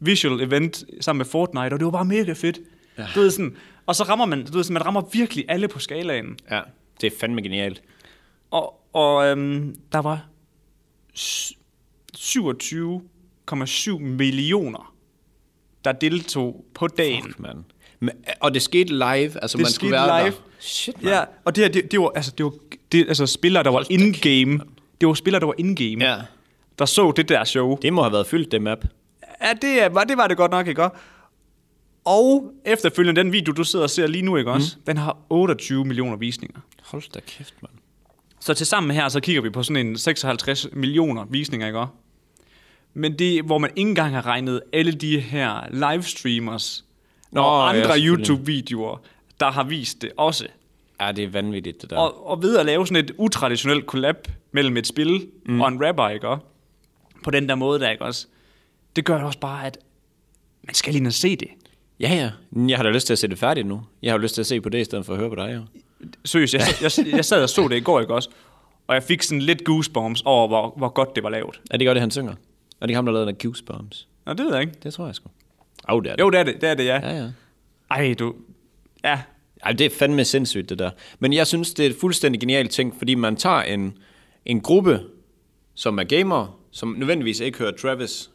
B: visual event sammen med Fortnite, og det var bare mega fedt. Ja. Du ved sådan, og så rammer man, du ved sådan, man rammer virkelig alle på skalaen.
A: Ja, det er fandme genialt.
B: Og, og øhm, der var s- 27,7 millioner der deltog på dagen.
A: Fuck, mand. Men- Og det skete live, altså man skulle være der. Shit, man.
B: ja, og det her, det, det var, altså, det var det, altså, spillere, der var in-game. Det var spillere, der var in-game,
A: Ja.
B: der så det der show.
A: Det må have været fyldt, det map.
B: Ja, det, er- var, det var det godt nok, ikke også? Og efterfølgende, den video, du sidder og ser lige nu, ikke også? Mm. Den har 28 millioner visninger.
A: Hold da kæft, mand.
B: Så til sammen her, så kigger vi på sådan en 56 millioner visninger, ikke også? Men det, hvor man ikke engang har regnet alle de her livestreamers
A: Nå,
B: Nå, og
A: ja,
B: andre
A: selvfølgelig.
B: YouTube-videoer, der har vist det også.
A: Ja, det er vanvittigt, det der.
B: Og, og ved at lave sådan et utraditionelt collab mellem et spil mm. og en rapper, ikke også? På den der måde der, ikke også? Det gør jo også bare, at man skal lige ind og se det.
A: Ja, ja. Men Jeg har da lyst til at se det færdigt nu. Jeg har jo lyst til at se på det, i stedet for at høre på dig, jo.
B: Seriøst, jeg, jeg, jeg sad og så det i går, ikke også? Og jeg fik sådan lidt goosebumps over, hvor, hvor godt det var lavet.
A: Er det godt, det han synger? Er det ikke ham, der lavede den Goosebumps?
B: Nå, det ved jeg ikke.
A: Det tror jeg sgu. Au, det er det.
B: Jo, det er det, det er det, ja.
A: Ja, ja.
B: Ej, du... Ja,
A: Ej, det er fandme sindssygt, det der. Men jeg synes, det er et fuldstændig genialt ting, fordi man tager en, en gruppe, som er gamer, som nødvendigvis ikke hører Travis,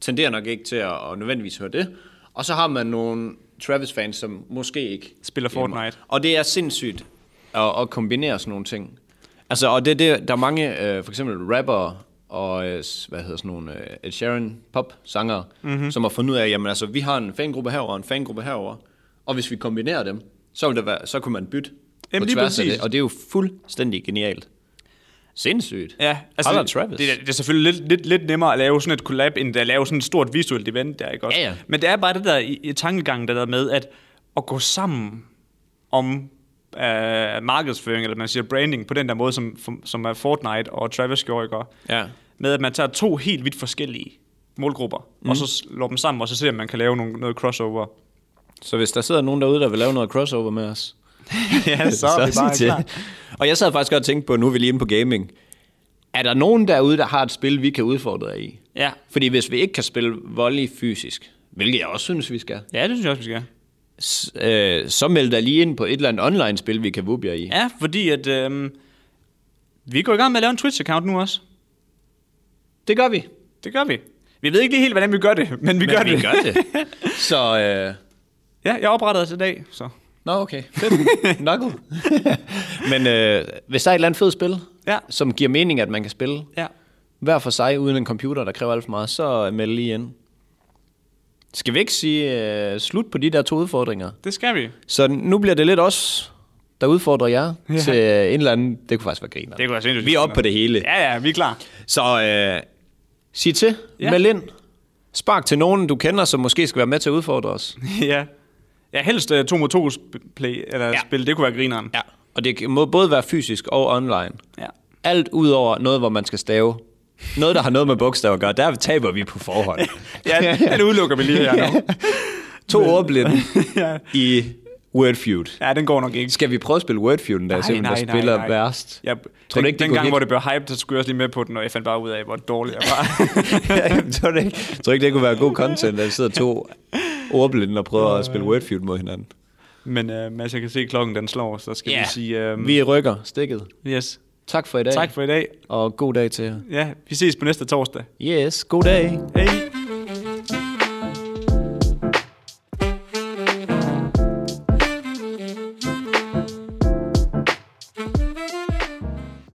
A: tenderer nok ikke til at, at nødvendigvis høre det, og så har man nogle Travis-fans, som måske ikke
B: Spiller
A: gamer.
B: Fortnite.
A: Og det er sindssygt at, at kombinere sådan nogle ting. Altså, og det, det der er mange, øh, for eksempel rapper og, øh, s- hvad hedder sådan nogle, øh, Ed Sheeran pop-sanger,
B: Mhm.
A: mm-hmm. som har fundet ud af, jamen altså, vi har en fangruppe herover og en fangruppe herover, og hvis vi kombinerer dem, så, vil det være, så kunne man bytte
B: Jamen,
A: på
B: lige
A: tværs af
B: præcis.
A: det, og det er jo fuldstændig genialt. Sindssygt.
B: ja.
A: Hold da
B: det,
A: Travis.
B: det, er- det er selvfølgelig lidt, lidt, lidt nemmere at lave sådan et collab, end at lave sådan et stort visuelt event der, ikke også?
A: Ja, ja.
B: Men det er bare det der i, i tankegangen, der der med, at at gå sammen om øh, markedsføring, eller man siger branding, på den der måde, som, som er Fortnite og Travis gjorde, ikke også?
A: Ja.
B: med at man tager to helt vidt forskellige målgrupper, mm. og så slår dem sammen, og så ser man, om man kan lave nogle, noget crossover.
A: Så hvis der sidder nogen derude, der vil lave noget crossover med os,
B: ja, så er vi bare
A: sig
B: klar.
A: til. Og jeg sad faktisk godt og tænkte på, nu er vi lige inde på gaming. Er der nogen derude, der har et spil, vi kan udfordre jer i?
B: Ja.
A: Fordi hvis vi ikke kan spille volley fysisk, hvilket jeg også synes, vi skal,
B: ja, det synes jeg også, vi skal.
A: s- øh, så meld dig lige ind på et eller andet online-spil, vi kan vuppe jer i. Ja.
B: Ja, fordi at, øh, vi går i gang med at lave en Twitch-account nu også.
A: Det gør vi.
B: Det gør vi. Vi ved ikke lige helt, hvordan vi gør det, men vi men gør
A: vi
B: det.
A: gør det. Så, øh,
B: ja, jeg oprettede os i dag, så.
A: nå okay. Fedt. Knuckle. Men øh, hvis der er et eller andet fedt spil,
B: Ja.
A: som giver mening, at man kan spille,
B: Ja.
A: hver for sig, uden en computer, der kræver alt for meget, så meld lige ind. Skal vi ikke sige øh, slut på de der to udfordringer?
B: Det skal vi.
A: Så nu bliver det lidt os, der udfordrer jer
B: Ja.
A: ja. til øh, en eller anden... Det kunne faktisk være griner.
B: Det kunne være sindssygt
A: Vi er oppe på
B: spændende.
A: det hele. Ja.
B: Ja, ja, vi er klar.
A: Så øh, sig til,
B: Ja.
A: ja. meld ind. Spark til nogen, du kender, som måske skal være med til at udfordre os.
B: ja. Ja, helst uh, to mod to sp- play, eller ja. spil, det kunne være grineren.
A: Ja. Og det må både være fysisk og online.
B: ja.
A: Alt ud over noget, hvor man skal stave. Noget, der har noget med bogstaver at gøre. Der taber vi på forhånd.
B: ja den udelukker vi lige her nu.
A: To ordblinde
B: ja.
A: i Wordfeud.
B: ja, den går nok ikke.
A: Skal vi prøve at spille Wordfeud en dag, se hvem der spiller værst?
B: Jeg,
A: Tror du
B: tror den,
A: ikke,
B: ikke,
A: det
B: den
A: kunne
B: gang,
A: hit?
B: hvor det blev hype, så skulle jeg også lige med på den, og jeg fandt bare ud af, hvor dårlig jeg var.
A: jeg tror, det ikke, jeg tror ikke, det kunne være god content, at vi sidder to ordblinde og prøver at spille Wordfeud mod hinanden.
B: Men uh, Mads, jeg kan se, at klokken den slår, så skal yeah. vi sige... Um,
A: Vi rykker stikket.
B: yes.
A: Tak for i dag,
B: Tak for i dag.
A: og god dag til jer.
B: Ja, vi ses på næste torsdag.
A: Yes, god dag.
B: Hej.